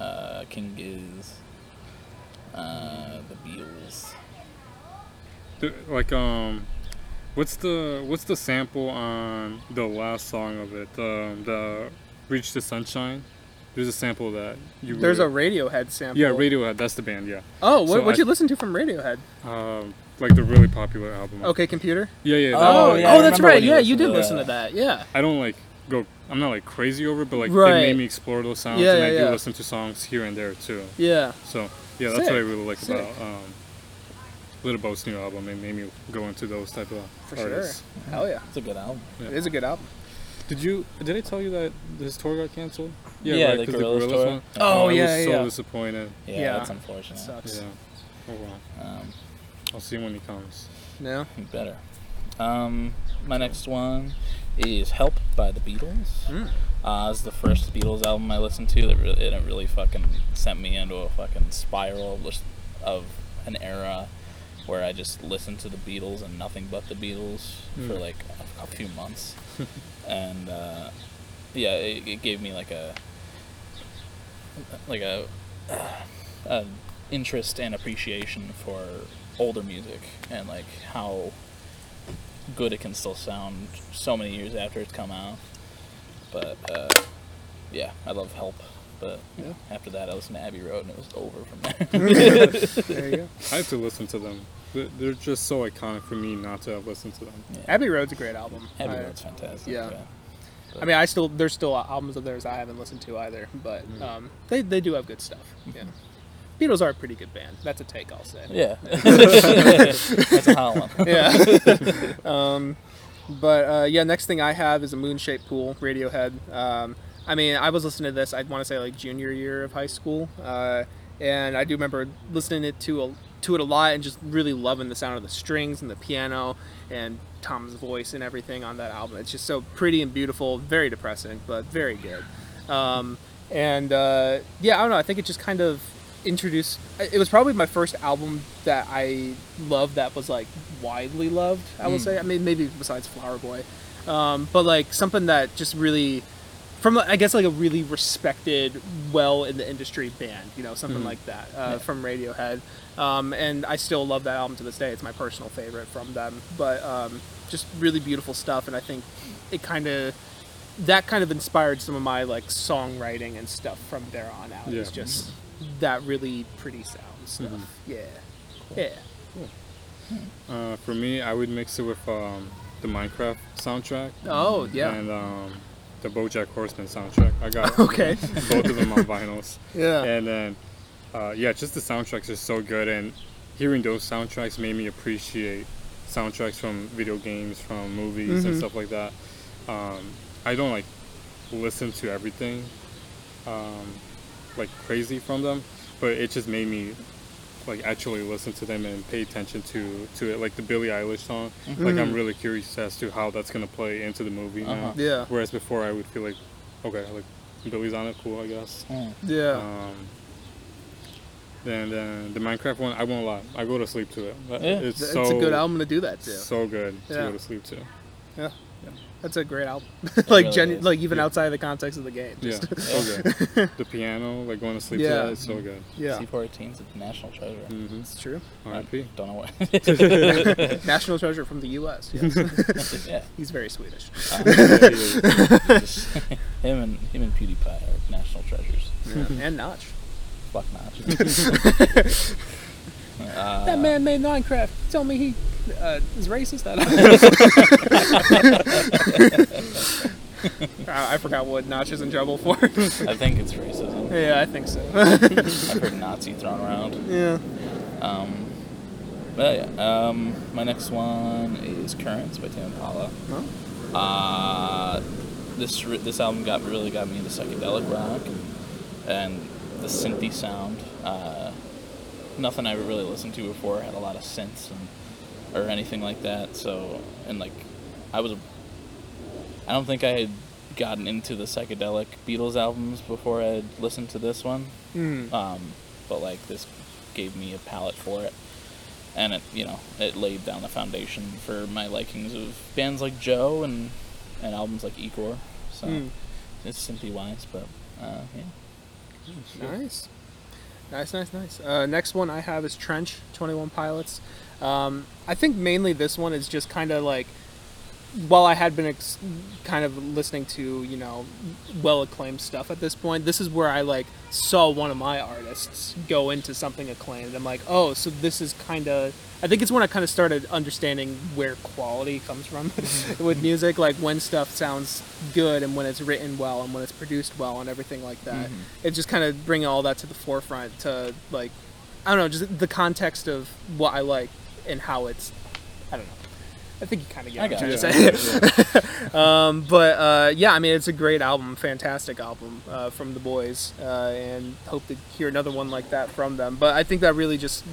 Uh, King Giz. Uh, the Beatles.
Th- like um what's the what's the sample on the last song of it um, the reach the sunshine there's a sample of that you
There's a
really-
Radiohead sample.
yeah radiohead that's the band yeah
Oh, what
So
what'd
I-
you listen to from Radiohead?
um like the really popular album
Okay, computer.
yeah yeah that
Oh,
one,
yeah, I
that's
remember
right.
when you
Yeah, you
listened to
did
that.
listen to that. Yeah.
i don't like go. I'm not like crazy over, it, but like it
Right.
made me explore those sounds,
Yeah,
and I
yeah,
do
yeah.
listen to songs here and there too.
Yeah.
So yeah, that's
Sick.
what I really like
Sick.
about um, Little Boat's new album. It made me go into those type of
For
artists.
sure. Hell yeah.
It's a good album.
Yeah.
It is a good album.
Did you? Did I tell you that this tour got canceled?
Yeah,
right,
the
'cause
Gorillaz
Gorillaz
tour.
one?
Oh,
I
yeah,
was so
yeah.
disappointed.
Yeah,
Yeah.
that's unfortunate.
Sucks.
Yeah. Oh well.
Um,
I'll see him when he comes.
No.
better. Um, my next one is "Help" by the Beatles.
Mm.
Uh, it's the first Beatles album I listened to that really, it really fucking sent me into a fucking spiral of, lis- of an era where I just listened to the Beatles and nothing but the Beatles for
Mm.
like a, a few months, and uh, yeah, it, it gave me like a like a, a interest and appreciation for older music and like how good it can still sound so many years after it's come out. But uh, yeah, I love Help. But
Yeah.
after that, I listened to Abbey Road and it was over from there.
There you go.
I have to listen to them. They're- They're just so iconic for me not to have listened to them.
yeah.
Abbey Road's a great album.
Abbey
I-
Road's fantastic.
yeah.
Yeah.
I mean, I still there's still albums of theirs I haven't listened to either, but um, they they do have good stuff. Yeah, Beatles are a pretty good band. That's a take I'll say.
Yeah. That's a hot one.
Yeah. um, but uh, yeah, next thing I have is a moon shaped pool. Radiohead. Um, I mean, I was listening to this. I'd want to say like junior year of high school, uh, and I do remember listening it to a, to it a lot and just really loving the sound of the strings and the piano and Tom's voice and everything on that album. It's just so pretty and beautiful. Very depressing, but very good. Um, and uh, yeah, I don't know. I think it just kind of introduced. It was probably my first album that I loved that was like widely loved. I would say. I mean, maybe besides Flower Boy, um, but like something that just really, from I guess like a really respected, well in the industry band. You know,
Mm-hmm.
something like that uh, from Radiohead. Um, and I still love that album to this day. It's my personal favorite from them. But um, just really beautiful stuff, and I think it kind of that kind of inspired some of my like songwriting and stuff from there on out. It's
Yeah.
just that really pretty sound stuff.
Mhm.
Yeah, yeah.
Uh, for me, I would mix it with um, the Minecraft soundtrack.
Oh yeah.
And um, the BoJack Horseman soundtrack. I got
Okay.
both of them on vinyls.
Yeah.
And then, uh, yeah, just the soundtracks are so good. And hearing those soundtracks made me appreciate soundtracks from video games, from movies, and
Mhm.
stuff like that. Um, I don't like listen to everything um, like crazy from them, but it just made me like actually listen to them and pay attention to to it. Like the Billie Eilish song, like
Mm-hmm.
I'm really curious as to how that's gonna play into the movie
Uh-huh.
now.
Yeah.
Whereas before, I would feel like, okay, like Billie's on it, cool, I guess.
Mm.
Yeah.
Um, then uh, the Minecraft one, I won't lie, I go to sleep to it. That-
Yeah.
It's,
It's
so,
a good album to do that to.
So good to
Yeah.
go to sleep to.
yeah. That's a great album. like
really
genu-
is.
like even
Yeah.
outside of the context of the game.
Yeah,
Just,
so good. the piano, like going to sleep
Yeah.
to that, it's so good.
yeah.
C14's a national treasure.
hmm
It's true.
R.I.P.
Don't know what.
National treasure from the U.S. Yes.
yeah.
He's very Swedish.
Just- him and him and PewDiePie are national treasures.
and Notch.
Fuck Uh, not.
that man made Minecraft. Tell me he uh, is racist. That I I forgot what Notch is in trouble for.
I think it's racism.
yeah, I think so.
I've heard Nazi thrown around.
yeah.
Um, but yeah, um, my next one is Currents by Tame Impala.
Huh?
Uh, this re- this album got really got me into psychedelic rock and the synthy sound. Uh, nothing I really listened to before had a lot of synths and or anything like that. So and like I was I don't think I had gotten into the psychedelic Beatles albums before I had listened to this one.
Mm.
Um, but like this gave me a palette for it, and it you know it laid down the foundation for my likings of bands like Joe and and albums like Igor. So
Mm.
it's simply wise, but uh, yeah,
Nice. Nice, nice, nice. Uh, next one I have is Trench, 21 Pilots. Um, I think mainly this one is just kind of like while I had been ex- kind of listening to you know well acclaimed stuff at this point, this is where I like saw one of my artists go into something acclaimed. I'm like, oh, so this is kind of. I think it's when I kind of started understanding where quality comes from with music, like when stuff sounds good and when it's written well and when it's produced well and everything like that. It just kind of bringing all that to the forefront to like, I don't know, just the context of what I like and how it's. I don't know. I think you kind of get.
I
what
got
I'm
you.
trying to say. But uh, yeah, I mean, it's a great album, fantastic album uh, from the boys, uh, and hope to hear another one like that from them. But I think that really just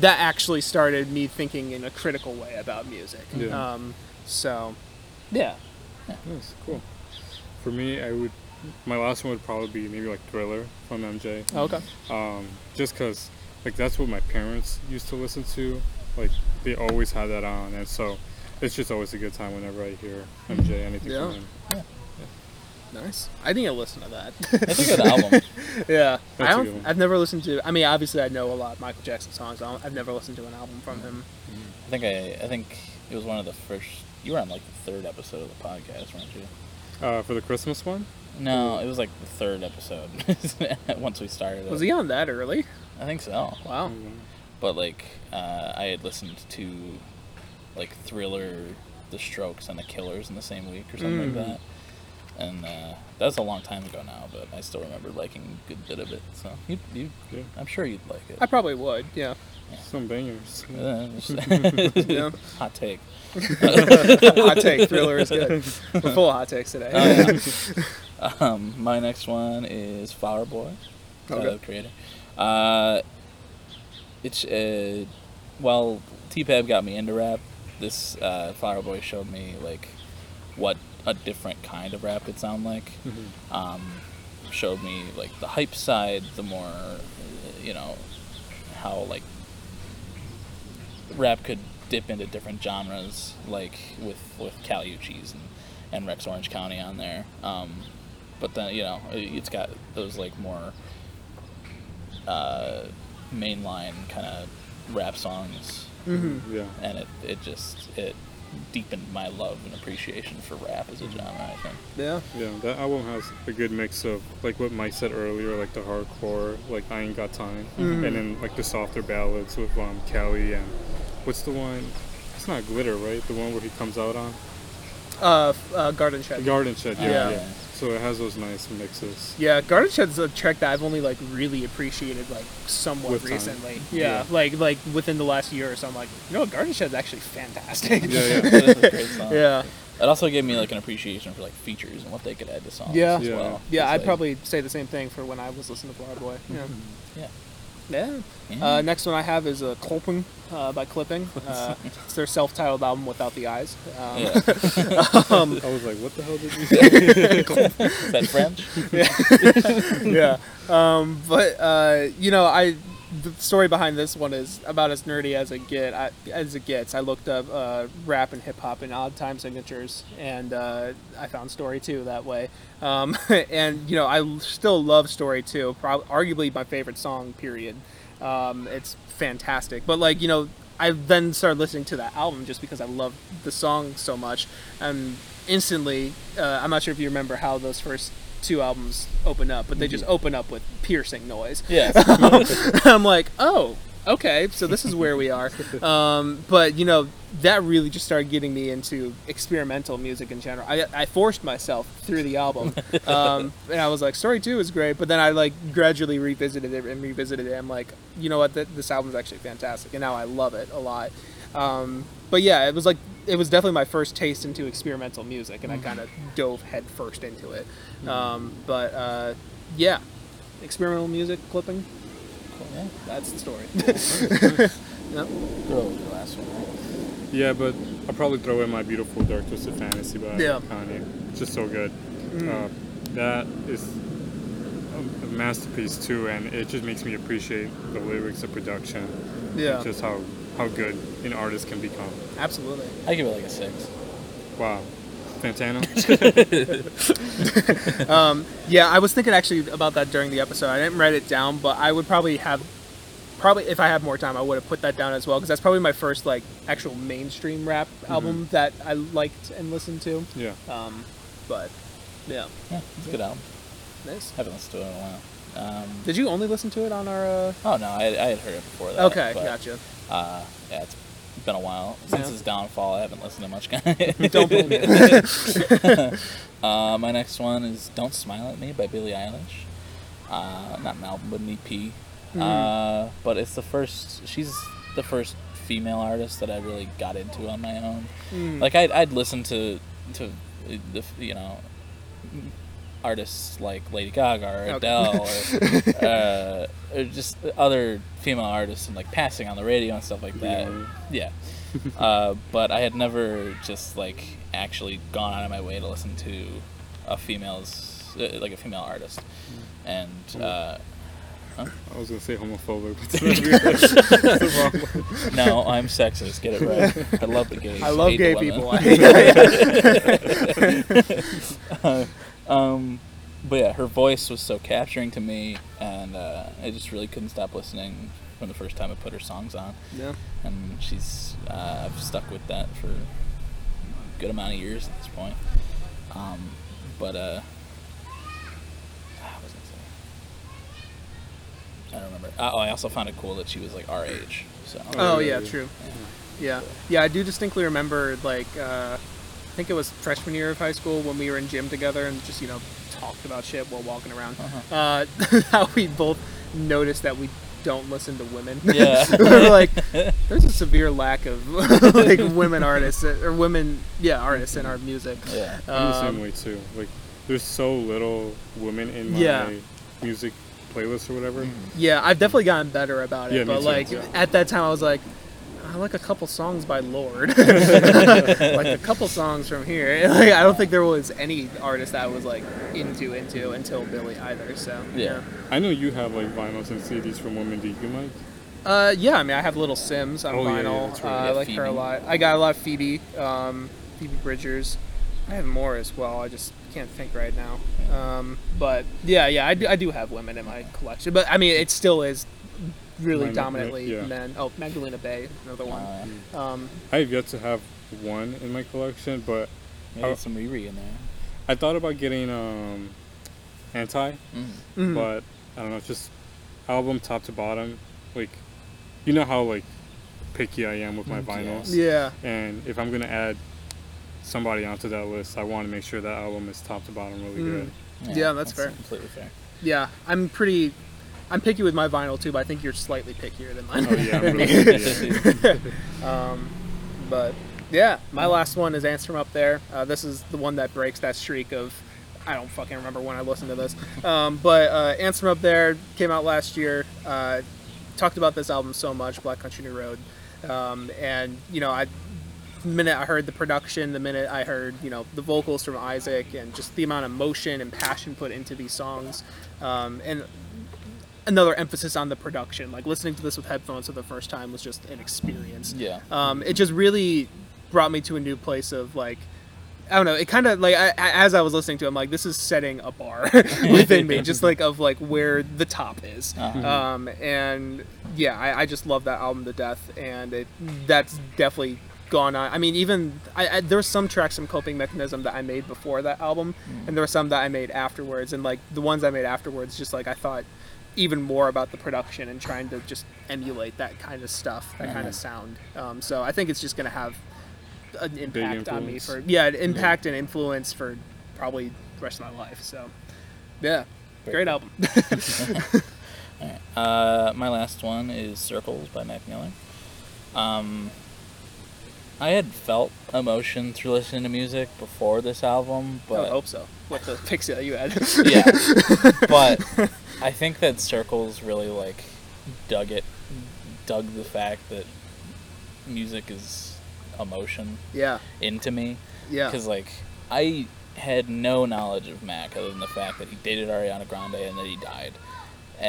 that actually started me thinking in a critical way about music.
Yeah.
Um, so yeah,
Nice, cool. For me, I would. My last one would probably be maybe like Thriller from MJ.
okay,
um, just because like that's what my parents used to listen to like they always had that on and so it's just always a good time whenever i hear mj anything
Yeah.
from him
nice. I think I listen to that.
That's a good album.
yeah, I
That's a
don't.
good one.
I've never listened to. I mean, obviously, I know a lot of Michael Jackson songs. I don't, I've never listened to an album from him.
I think I, I think it was one of the first. You were on like the third episode of the podcast, weren't you?
uh, for the christmas one
No, it was like the third episode. Once we started,
Was
it.
he on that early?
I think so.
Wow.
Mm.
But like, uh, I had listened to like Thriller, The Strokes, and The Killers in the same week or something
Mm.
like that. And uh, that was a long time ago now, but I still remember liking a good bit of it. So you, you,
yeah
I'm sure you'd like it.
I probably would. Yeah.
some bangers
Yeah.
Hot take.
hot take. Thriller is good. We're full of hot takes today.
Oh, yeah. um, my next one is Flower Boy,
Okay.
uh, the creator. Uh, it's uh, well, T-Pab got me into rap. This uh, Flower Boy showed me like what a different kind of rap could sound like. Um, showed me like the hype side, the more uh, you know how like rap could dip into different genres, like with with Cal Uchis and, and Rex Orange County on there. Um, but then you know it- it's got those like more uh, mainline kind of rap songs,
hmm
yeah
and it it just it deepened my love and appreciation for rap as a genre. I think.
Yeah.
yeah that album has a good mix of like what mike said earlier like the hardcore like i ain't got time
Mhm.
and then like the softer ballads with um kelly and what's the one it's not glitter right the one where he comes out on
Uh, f- uh, Garden Shed.
garden shed yeah,
Yeah.
yeah. so it has those nice mixes
yeah, Garden Shed's a track that I've only like really appreciated like somewhat
With time.
recently. Yeah, like like within the last year or so. I'm like, you know, what, Garden Shed's actually fantastic.
yeah yeah
That's a great song.
yeah.
It also gave me like an appreciation for like features and what they could add to songs
Yeah.
as
Yeah.
well.
Yeah,
It's
I'd
like-
probably uh, say the same thing for when I was listening to Flower Boy. Yeah.
Mm-hmm.
yeah.
Yeah.
Yeah.
Uh, next one I have is uh, Clipping uh, by Clipping. Uh, it's their self-titled album without the eyes. Um,
Yeah.
um,
i was like what the hell did you say
Is that French?
yeah. Um, but uh, you know, I the story behind this one is about as nerdy as it get. I, as it gets, I looked up uh, rap and hip hop and odd time signatures, and uh, I found Story Two that way. Um, and you know, I still love Story Two. Prob- arguably my favorite song. Period. Um, it's fantastic. But like you know, I then started listening to that album just because I love the song so much, and instantly, uh, I'm not sure if you remember how those first two albums open up, but they just open up with piercing noise.
Yeah.
I'm like, oh, okay, so this is where we are. Um, but you know, that really just started getting me into experimental music in general. I, I forced myself through the album, um, and I was like, "Story Two is great," but then I like gradually revisited it and revisited it. I'm like, you know what, th- this album's actually fantastic, and now I love it a lot. Um, but yeah, it was like it was definitely my first taste into experimental music, and I kind of dove headfirst into it. Um, but uh, yeah, experimental music clipping
Cool, yeah.
that's the story. Yep.
Throw the last one. right?
Yeah, but I'll probably throw in my beautiful Dark Twisted Fantasy by
Yeah. Mm.
Kanye. It's just so good. Uh, that is a, a masterpiece too, and it just makes me appreciate the lyrics, the production,
Yeah,
and just how how good an artist can become.
absolutely.
I give it like a six.
Wow, Fantano.
Yeah, I was thinking actually about that during the episode. I didn't write it down, but I would probably have probably if I had more time, I would have put that down as well because that's probably my first like actual mainstream rap album that I liked and listened to.
Yeah.
Um, but yeah,
Yeah, it's a good album.
nice.
Haven't listened to it in a while. Um,
Did you only listen to it on our? Uh...
oh no, I, I had heard it before that.
Okay,
but,
gotcha.
Uh, yeah, it's been a while since
Yeah.
his downfall. I haven't listened to much. guy.
Don't blame me.
Uh, my next one is "Don't Smile at Me" by Billie Eilish. Uh, not an album, but an EP.
Hmm.
Uh, but it's the first. She's the first female artist that I really got into on my own.
Hmm.
Like I'd, I'd listened to to uh, the f- you know artists like Lady Gaga or
Okay.
Adele or, uh, or just other female artists and like passing on the radio and stuff like that. Yeah. uh, but I had never just like actually gone out of my way to listen to a female's uh, like a female artist. And uh,
I was gonna say homophobic, but that's
Um,
the wrong word.
no, I'm sexist. Get it right. I love the gays.
I love
hate
gay
the women.
people. I-
Um, but yeah, her voice was so capturing to me, and uh, I just really couldn't stop listening from the first time I put her songs on.
yeah.
And she's uh, I've stuck with that for a good amount of years at this point. Um, but uh, ah, what was I gonna say? I don't remember. Oh, I also found it cool that she was like our age. So
Oh
yeah,
yeah,
yeah.
true. Yeah, yeah. I do distinctly remember like uh, I think it was freshman year of high school when we were in gym together and just you know talked about shit while walking around.
Uh-huh.
uh how we both noticed that we don't listen to women.
Yeah.
we're like, there's a severe lack of like women artists or women, yeah, artists in our music.
yeah,
I'm the same
Um,
way too. Like, there's so little women in my
Yeah. Mm.
music playlist or whatever.
Yeah, I've definitely gotten better about it,
Yeah, me
but
too,
like
yeah.
at that time, I was like, I like a couple songs by Lord, like a couple songs from here. Like I don't think there was any artist that I was like into into until Billy either. So
Yeah.
I know you have like vinyls and CDs from women. Do you, Mike?
Uh, yeah, I mean, I have Little Sims on
Oh, yeah, yeah,
vinyl.
that's
uh,
right.
I
Yeah,
like her a
Phoebe.
lot. I got a lot of Phoebe, um, Phoebe Bridgers. I have more as well. I just can't think right now. Um, but yeah, yeah, I do, I do have women in my collection. But I mean, it still is really
Magdalena-
dominantly
yeah.
men. Oh, Magdalena Bay, another one.
Uh,
um,
I have yet to have one in my collection, but
maybe
Oh.
some Riri in there.
I thought about getting um, Anti,
Mm.
mhm.
but I don't know. Just album top to bottom. Like, you know how like picky I am with my
Mm, yeah.
vinyls.
yeah,
And if I'm gonna add somebody onto that list, I want to make sure that album is top to bottom really
Mm.
good.
Yeah, that's fair.
Completely fair.
yeah, I'm pretty. I'm picky with my vinyl too, but I think you're slightly pickier than mine.
Oh yeah, I'm really
Um, but yeah, my last one is Answer 'Em Up There. Uh, this is the one that breaks that streak of I don't fucking remember when I listened to this. Um, but uh, Answer 'Em Up There came out last year. Uh, talked about this album so much, Black Country New Road, um, and you know I. The minute I heard the production, the minute I heard you know the vocals from Isaac, and just the amount of emotion and passion put into these songs, um, and another emphasis on the production. Like listening to this with headphones for the first time was just an experience
Yeah.
um, it just really brought me to a new place of like I don't know. It kind of like I, I- as I was listening to, it, I'm like, this is setting a bar within me, just like of like where the top is.
Uh-huh.
Um, and yeah, I, I just love that album to death, and it that's definitely gone on. I mean, even I, I there were some tracks from Coping Mechanism that I made before that album, and there were some that I made afterwards, and like the ones I made afterwards, just like I thought even more about the production and trying to just emulate that kind of stuff, that kind of sound. Um, so I think it's just gonna have an impact on me
influence.
for yeah, an impact and influence for probably the rest of my life. So yeah, great album.
Uh, my last one is Circles by Mac Miller. Um, I had felt emotion through listening to music before this album,
I
but
would hope so. With the pixie that you had.
yeah, but I think that Circles really like dug it, dug the fact that music is emotion
yeah,
into me.
yeah.
Because like I had no knowledge of Mac other than the fact that he dated Ariana Grande and that he died.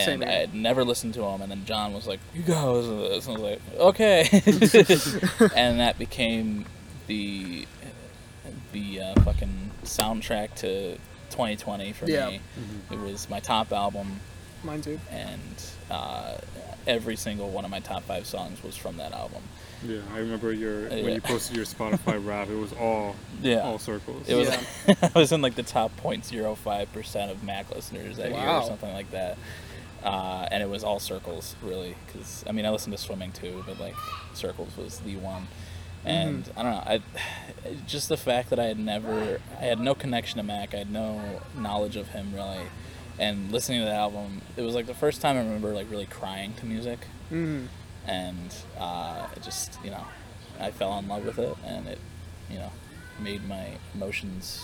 Same
And I
here.
had never listened to him, and then John was like, "You gotta listen to this," and I was like, "Okay," and that became the the uh, fucking soundtrack to 2020 for
Yeah.
Mm-hmm.
me. It was my top album.
Mine too.
and uh, every single one of my top five songs was from that album.
Yeah, I remember your
Uh,
when
yeah.
you posted your Spotify rap. It was all
Yeah.
all circles.
It was
Yeah.
I was in like the top 0.05 percent of Mac listeners that year or
Wow.
something like that, uh, and it was all circles really. Because I mean, I listened to swimming too, but like circles was the one. And I don't know, I just the fact that I had never, I had no connection to Mac, I had no knowledge of him really, and listening to that album, it was like the first time I remember like really crying to music,
Mm.
and uh, it just you know, I fell in love with it, and it, you know, made my emotions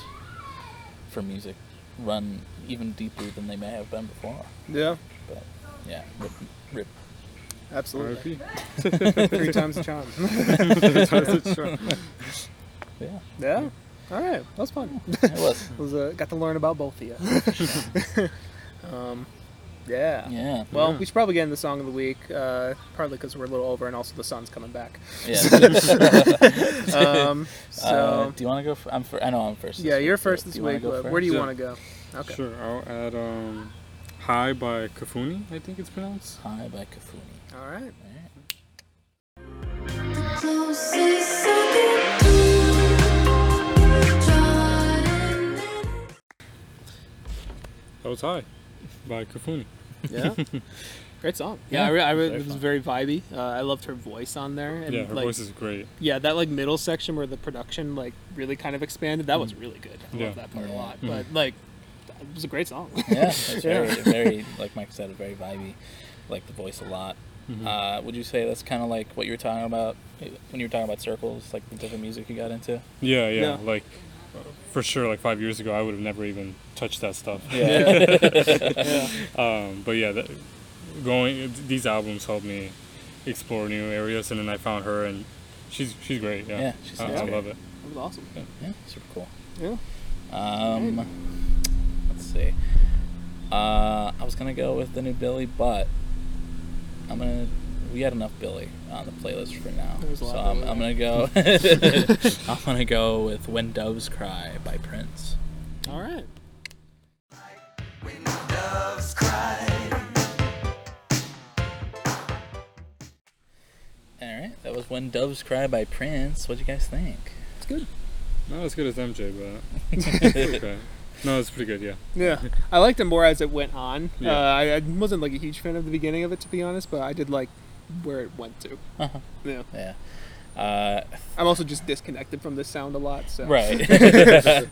for music run even deeper than they may have been before.
Yeah,
But yeah, rip, rip.
absolutely.
R.I.P.
Three times the charm.
That's a tr-
yeah,
yeah. All right, that was fun.
it was.
was uh, got to learn about both of you. um, yeah.
Yeah,
Well,
Yeah.
we should probably get into song of the week, uh, partly because we're a little over, and also the sun's coming back.
yeah.
Um, so
uh, do you want to go? F- I'm. Fir- I know I'm first.
yeah,
this
you're
week,
first
but
this
you wanna
week.
go
but Where do you
first?
want to go? Okay.
Sure, I'll add um, "High" by Kafuni. I think it's pronounced.
Hi by Kafuni.
All right.
All right.
Closest I could do, Jordan and
That was "High" by Kafuni.
Yeah. Great song.
Yeah,
Yeah, I, re- I re-
very
it was
fun.
very vibey. Uh, I loved her voice on there, and
Yeah, her
like
voice is great.
yeah, that like middle section where the production like really kind of expanded. That was really good. I
Mm. Yeah. Mm-hmm.
love that part a
Yeah.
lot. But like, it was a great song.
Yeah, it's
Yeah.
very, very like Mike said, very vibey. Like the voice a lot.
Mm.
Mm-hmm.
Uh, would you say that's kind of like what you were talking about when you were talking about circles, like the different music you got into?
Yeah, yeah,
Yeah.
like uh, for sure. Like five years ago, I would have never even touched that stuff.
Yeah.
Um, but yeah, that, going these albums helped me explore new areas, and then I found her, and she's she's great. Yeah,
Yeah, she
I,
sounds
I
great.
love
It
it.
was awesome.
yeah, super cool.
Yeah.
Um, let's see. Uh, I was gonna go with the new Billy, but I'm gonna. We had enough Billy on the playlist for now,
There was a
so
lot of
I'm,
Billy.
I'm gonna go. I'm gonna go with "When Doves Cry" by Prince.
All right.
All right, that was "When Doves Cry" by Prince. What do you guys think?
It's good.
Not as good as MJ, but okay. No, it's pretty good. Yeah.
Yeah, I liked it more as it went on.
Yeah.
Uh, I, I wasn't like a huge fan of the beginning of it, to be honest, but I did like where it went to.
Uh-huh.
Yeah,
Yeah. Uh,
I'm also just disconnected from this sound a lot. So
right.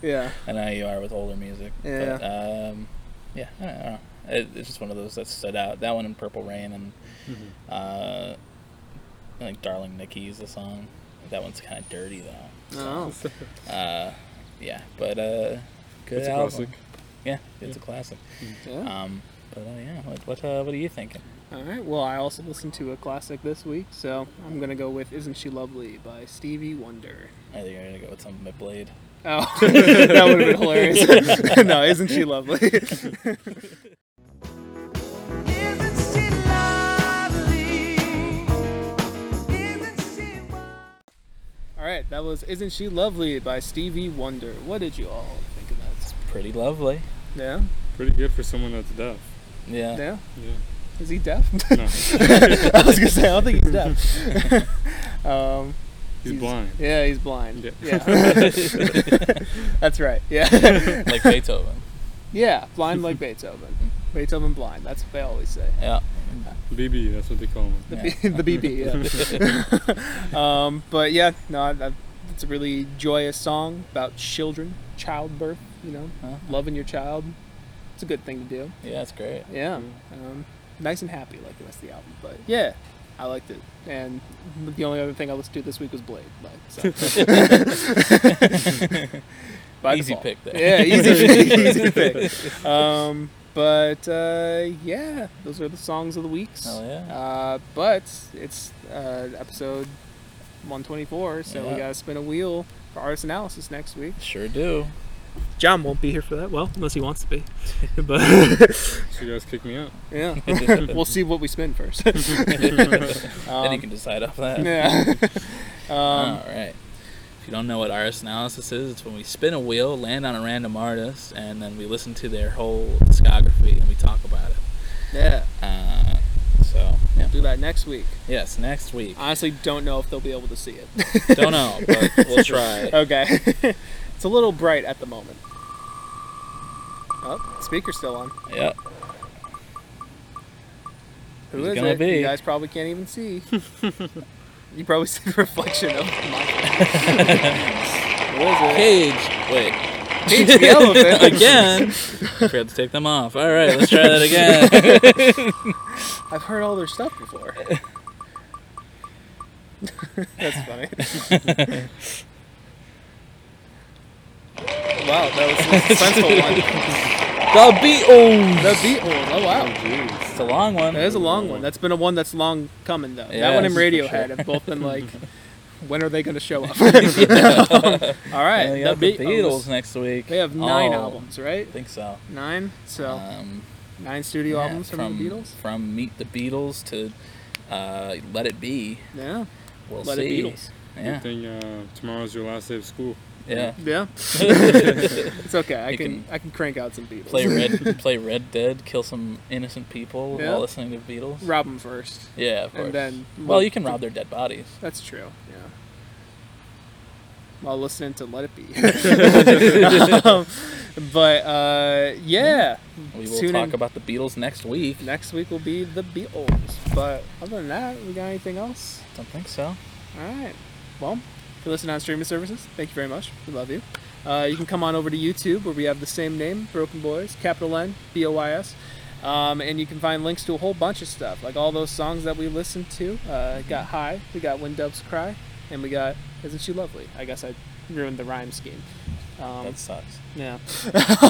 yeah,
I know you are with older music. But, um, yeah, I don't know. It, it's just one of those that stood out. That one in Purple Rain and uh, I think Darling Nikki is the song. That one's kind of dirty though.
oh,
Uh, yeah, but uh, good
It's a
album.
classic.
Yeah, it's a classic.
yeah.
Um, but uh, yeah, what what, uh, what are you thinking?
All right. Well, I also listened to a classic this week, so I'm gonna go with "Isn't She Lovely" by Stevie Wonder.
I think you're gonna go with something with Blade.
Oh, that would have been hilarious. no, isn't she lovely?
Isn't she lovely? Isn't she
all right, that was "Isn't She Lovely" by Stevie Wonder. What did you all think of that?
Pretty lovely.
Yeah,
Pretty good for someone that's deaf.
Yeah.
yeah.
Yeah.
Is he deaf?
No,
I was gonna say I don't think he's deaf. um,
he's blind.
Yeah, he's blind.
Yeah.
Yeah, that's right. Yeah,
like Beethoven.
yeah, blind like Beethoven. Beethoven blind. That's what they always say.
Yeah.
BB, that's what they call him.
Yeah.
the BB. Yeah. um, but yeah, no, I, I, it's a really joyous song about children, childbirth. You know,
Huh?
loving your child. It's a good thing to do.
Yeah, it's great.
Yeah. Um, nice and happy like the rest of the album. But yeah, I liked it. And the only other thing I listened to this week was Blade. But, so. By
Easy
default.
pick there.
Yeah, easy, pick, easy pick. Um, but uh, yeah, those are the songs of the weeks.
Hell yeah.
Uh, but it's uh, episode 124, so
Yeah.
we gotta spin a wheel for artist analysis next week.
Sure do.
John won't be here for that. Well, unless he wants to be. but
So you guys kick me out.
yeah, we'll see what we spin first.
then you can decide off that.
Um, Yeah. um,
All right. If you don't know what artist analysis is, it's when we spin a wheel, land on a random artist, and then we listen to their whole discography and we talk about it.
Yeah,
Uh, so yeah.
do that next week.
Yes, next week.
Honestly, don't know if they'll be able to see it.
Don't know, but we'll try.
Okay. it's a little bright at the moment. Oh, speaker's still on.
Yep.
Who
Who's
is
it gonna
it?
be?
You guys probably can't even see. you probably see the reflection of my Who is
Cage. Wait.
it? Cage the elephant.
again. Forgot to take them off. All right, let's try that again.
I've heard all their stuff before. That's funny. wow, that was a suspenseful one.
the Beatles.
The Beatles. Oh wow.
Jeez.
It's a long one.
That is a long one. That's been a one that's long coming though.
Yeah,
that one and
this is for
Radiohead
sure.
have both been like, when are they going to show up? Um, all right,
Yeah, we got
the
the
Beatles.
Beatles next week.
They have nine
Oh,
albums, right?
I think so.
Nine. So
Um,
nine studio
yeah,
albums from, the Beatles.
From Meet the Beatles to uh, Let It Be.
Yeah.
We'll
Let
see.
it Beatles.
Yeah.
Good thing uh, tomorrow's your last day of school.
Yeah.
Yeah. it's okay. I
You
can,
can
I can crank out some Beatles.
Play Red. play Red Dead. Kill some innocent people
Yeah.
while listening to Beatles.
Rob them first.
Yeah, of course.
And then
well, you can rob their dead bodies.
That's true. Yeah. While listening to Let It Be. Um, but uh, yeah.
We will
Tune
talk
in.
about the Beatles next week.
Next week will be the Beatles. But other than that, we got anything else?
Don't think so.
All right. Well, if you listen on streaming services, thank you very much. We love you. Uh, you can come on over to YouTube where we have the same name, Broken Boys, capital N, B O Y S. Um, and you can find links to a whole bunch of stuff, like all those songs that we listened to. Uh, got High, we got When Doves Cry, and we got Isn't She Lovely? I guess I ruined the rhyme scheme. Um,
That sucks.
yeah.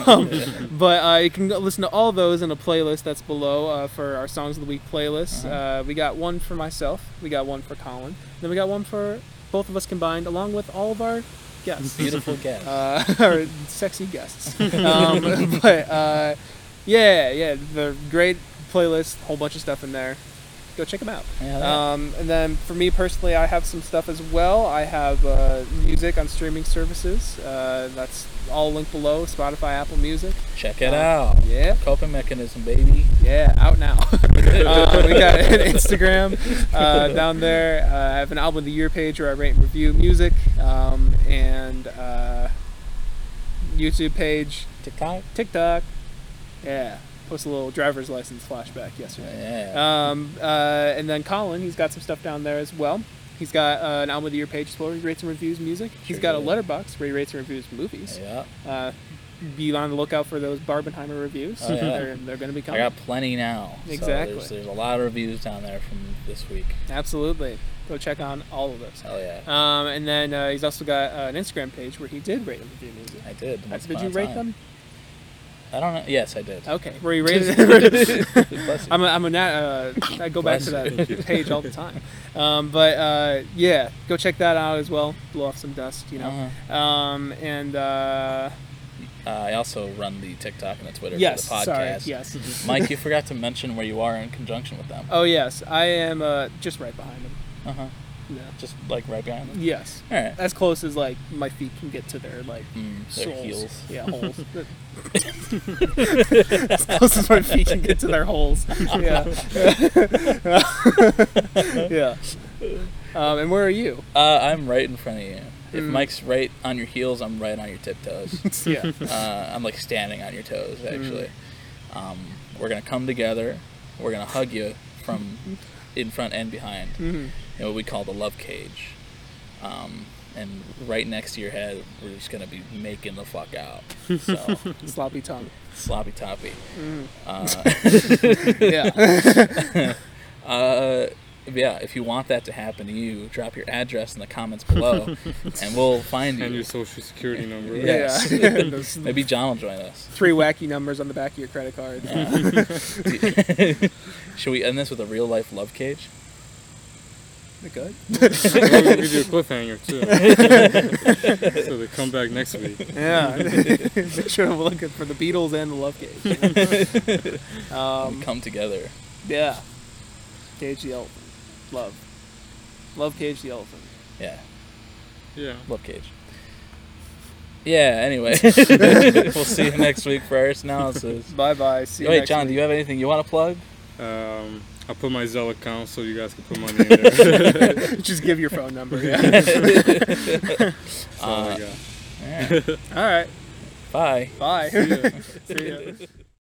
Um, but uh, you can go listen to all those in a playlist that's below uh, for our Songs of the Week playlist.
Uh-huh.
uh we got one for myself, we got one for Colin, then we got one for both of us combined, along with all of our guests.
Beautiful guess.
Uh, our sexy guests. Um, but uh, yeah, yeah, the great playlist, whole bunch of stuff in there. Go check them out.
Yeah, that-
Um, and then for me personally, I have some stuff as well. I have uh, music on streaming services. Uh, that's all linked below Spotify, Apple Music.
Check it
uh,
out.
Yeah.
Coping mechanism, baby.
Yeah, out now. uh, we got an Instagram uh, down there. Uh, I have an album of the year page where I rate and review music, um, and uh, YouTube page,
TikTok.
TikTok. Yeah, post a little driver's license flashback yesterday.
Yeah.
Um, uh, and then Colin, he's got some stuff down there as well. He's got uh, an album of the year page where he rates and reviews music. he's
Sure
got a
do. Oh,
letterbox where he rates and reviews movies.
yeah.
Uh, be on the lookout for those Barbenheimer reviews.
Oh, yeah.
They're, they're going to be
I
coming.
got plenty now. So
Exactly.
there's, there's a lot of reviews down there from this week.
Absolutely. Go check on all of those.
Hell yeah.
Um, and then uh, he's also got uh, an Instagram page where he did rate and review music.
I did. once
Uh, Did
upon
you
a
rate
time.
them?
I don't know. Yes, I did.
Okay. Where he rated.
Bless you.
I'm a, I'm a nat, uh, I go back to
Bless
that page all the time. Um, but uh, yeah, go check that out as well. Blow off some dust, you know.
Uh-huh.
Um, and uh,
Uh, I also run the TikTok and the Twitter
yes,
for the podcast.
sorry, yes.
Mike, you forgot to mention where you are in conjunction with them.
oh yes, I am uh, just right behind him.
Uh huh.
Yeah.
Just like right behind them.
Yes.
All right.
As close as like my feet can get to their like
Mm, their
soles.
heels.
Yeah, holes. as close as my feet can get to their holes. Yeah. yeah. Um, and where are you?
Uh, I'm right in front of you. If
Mm.
Mike's right on your heels, I'm right on your tiptoes.
Yeah.
uh, I'm like standing on your toes,
Mm.
actually. Um, we're gonna come together. We're gonna hug you from in front and behind,
Mhm.
in what we call the love cage. Um, and right next to your head, we're just gonna be making the fuck out. So
Sloppy tongue.
sloppy toppy.
Yeah.
Uh, yeah, if you want that to happen to you, drop your address in the comments below, and we'll find
And your
you.
social security number.
Yeah. Yes.
Yeah. Those
Maybe John will join us.
three wacky numbers on the back of your credit card.
Should we end this with a real life love cage?
Good.
We're gonna give you a cliffhanger too. so they come back next week.
Yeah. Make sure to look for the Beatles and the Love Cage. um,
we come together.
yeah. Cage the elephant. Love. Love Cage the elephant.
Yeah,
Yeah.
love cage. Yeah. Anyway, we'll see you next week for Irish analysis.
Bye bye. See you
Wait,
next
John,
week.
do you have anything you want to plug?
Um, I'll put my Zelle account so you guys can put money in there.
Just give your phone number. Yeah.
That's all I got.
All right.
All right.
Uh, Bye.
Bye.
See ya.
See ya.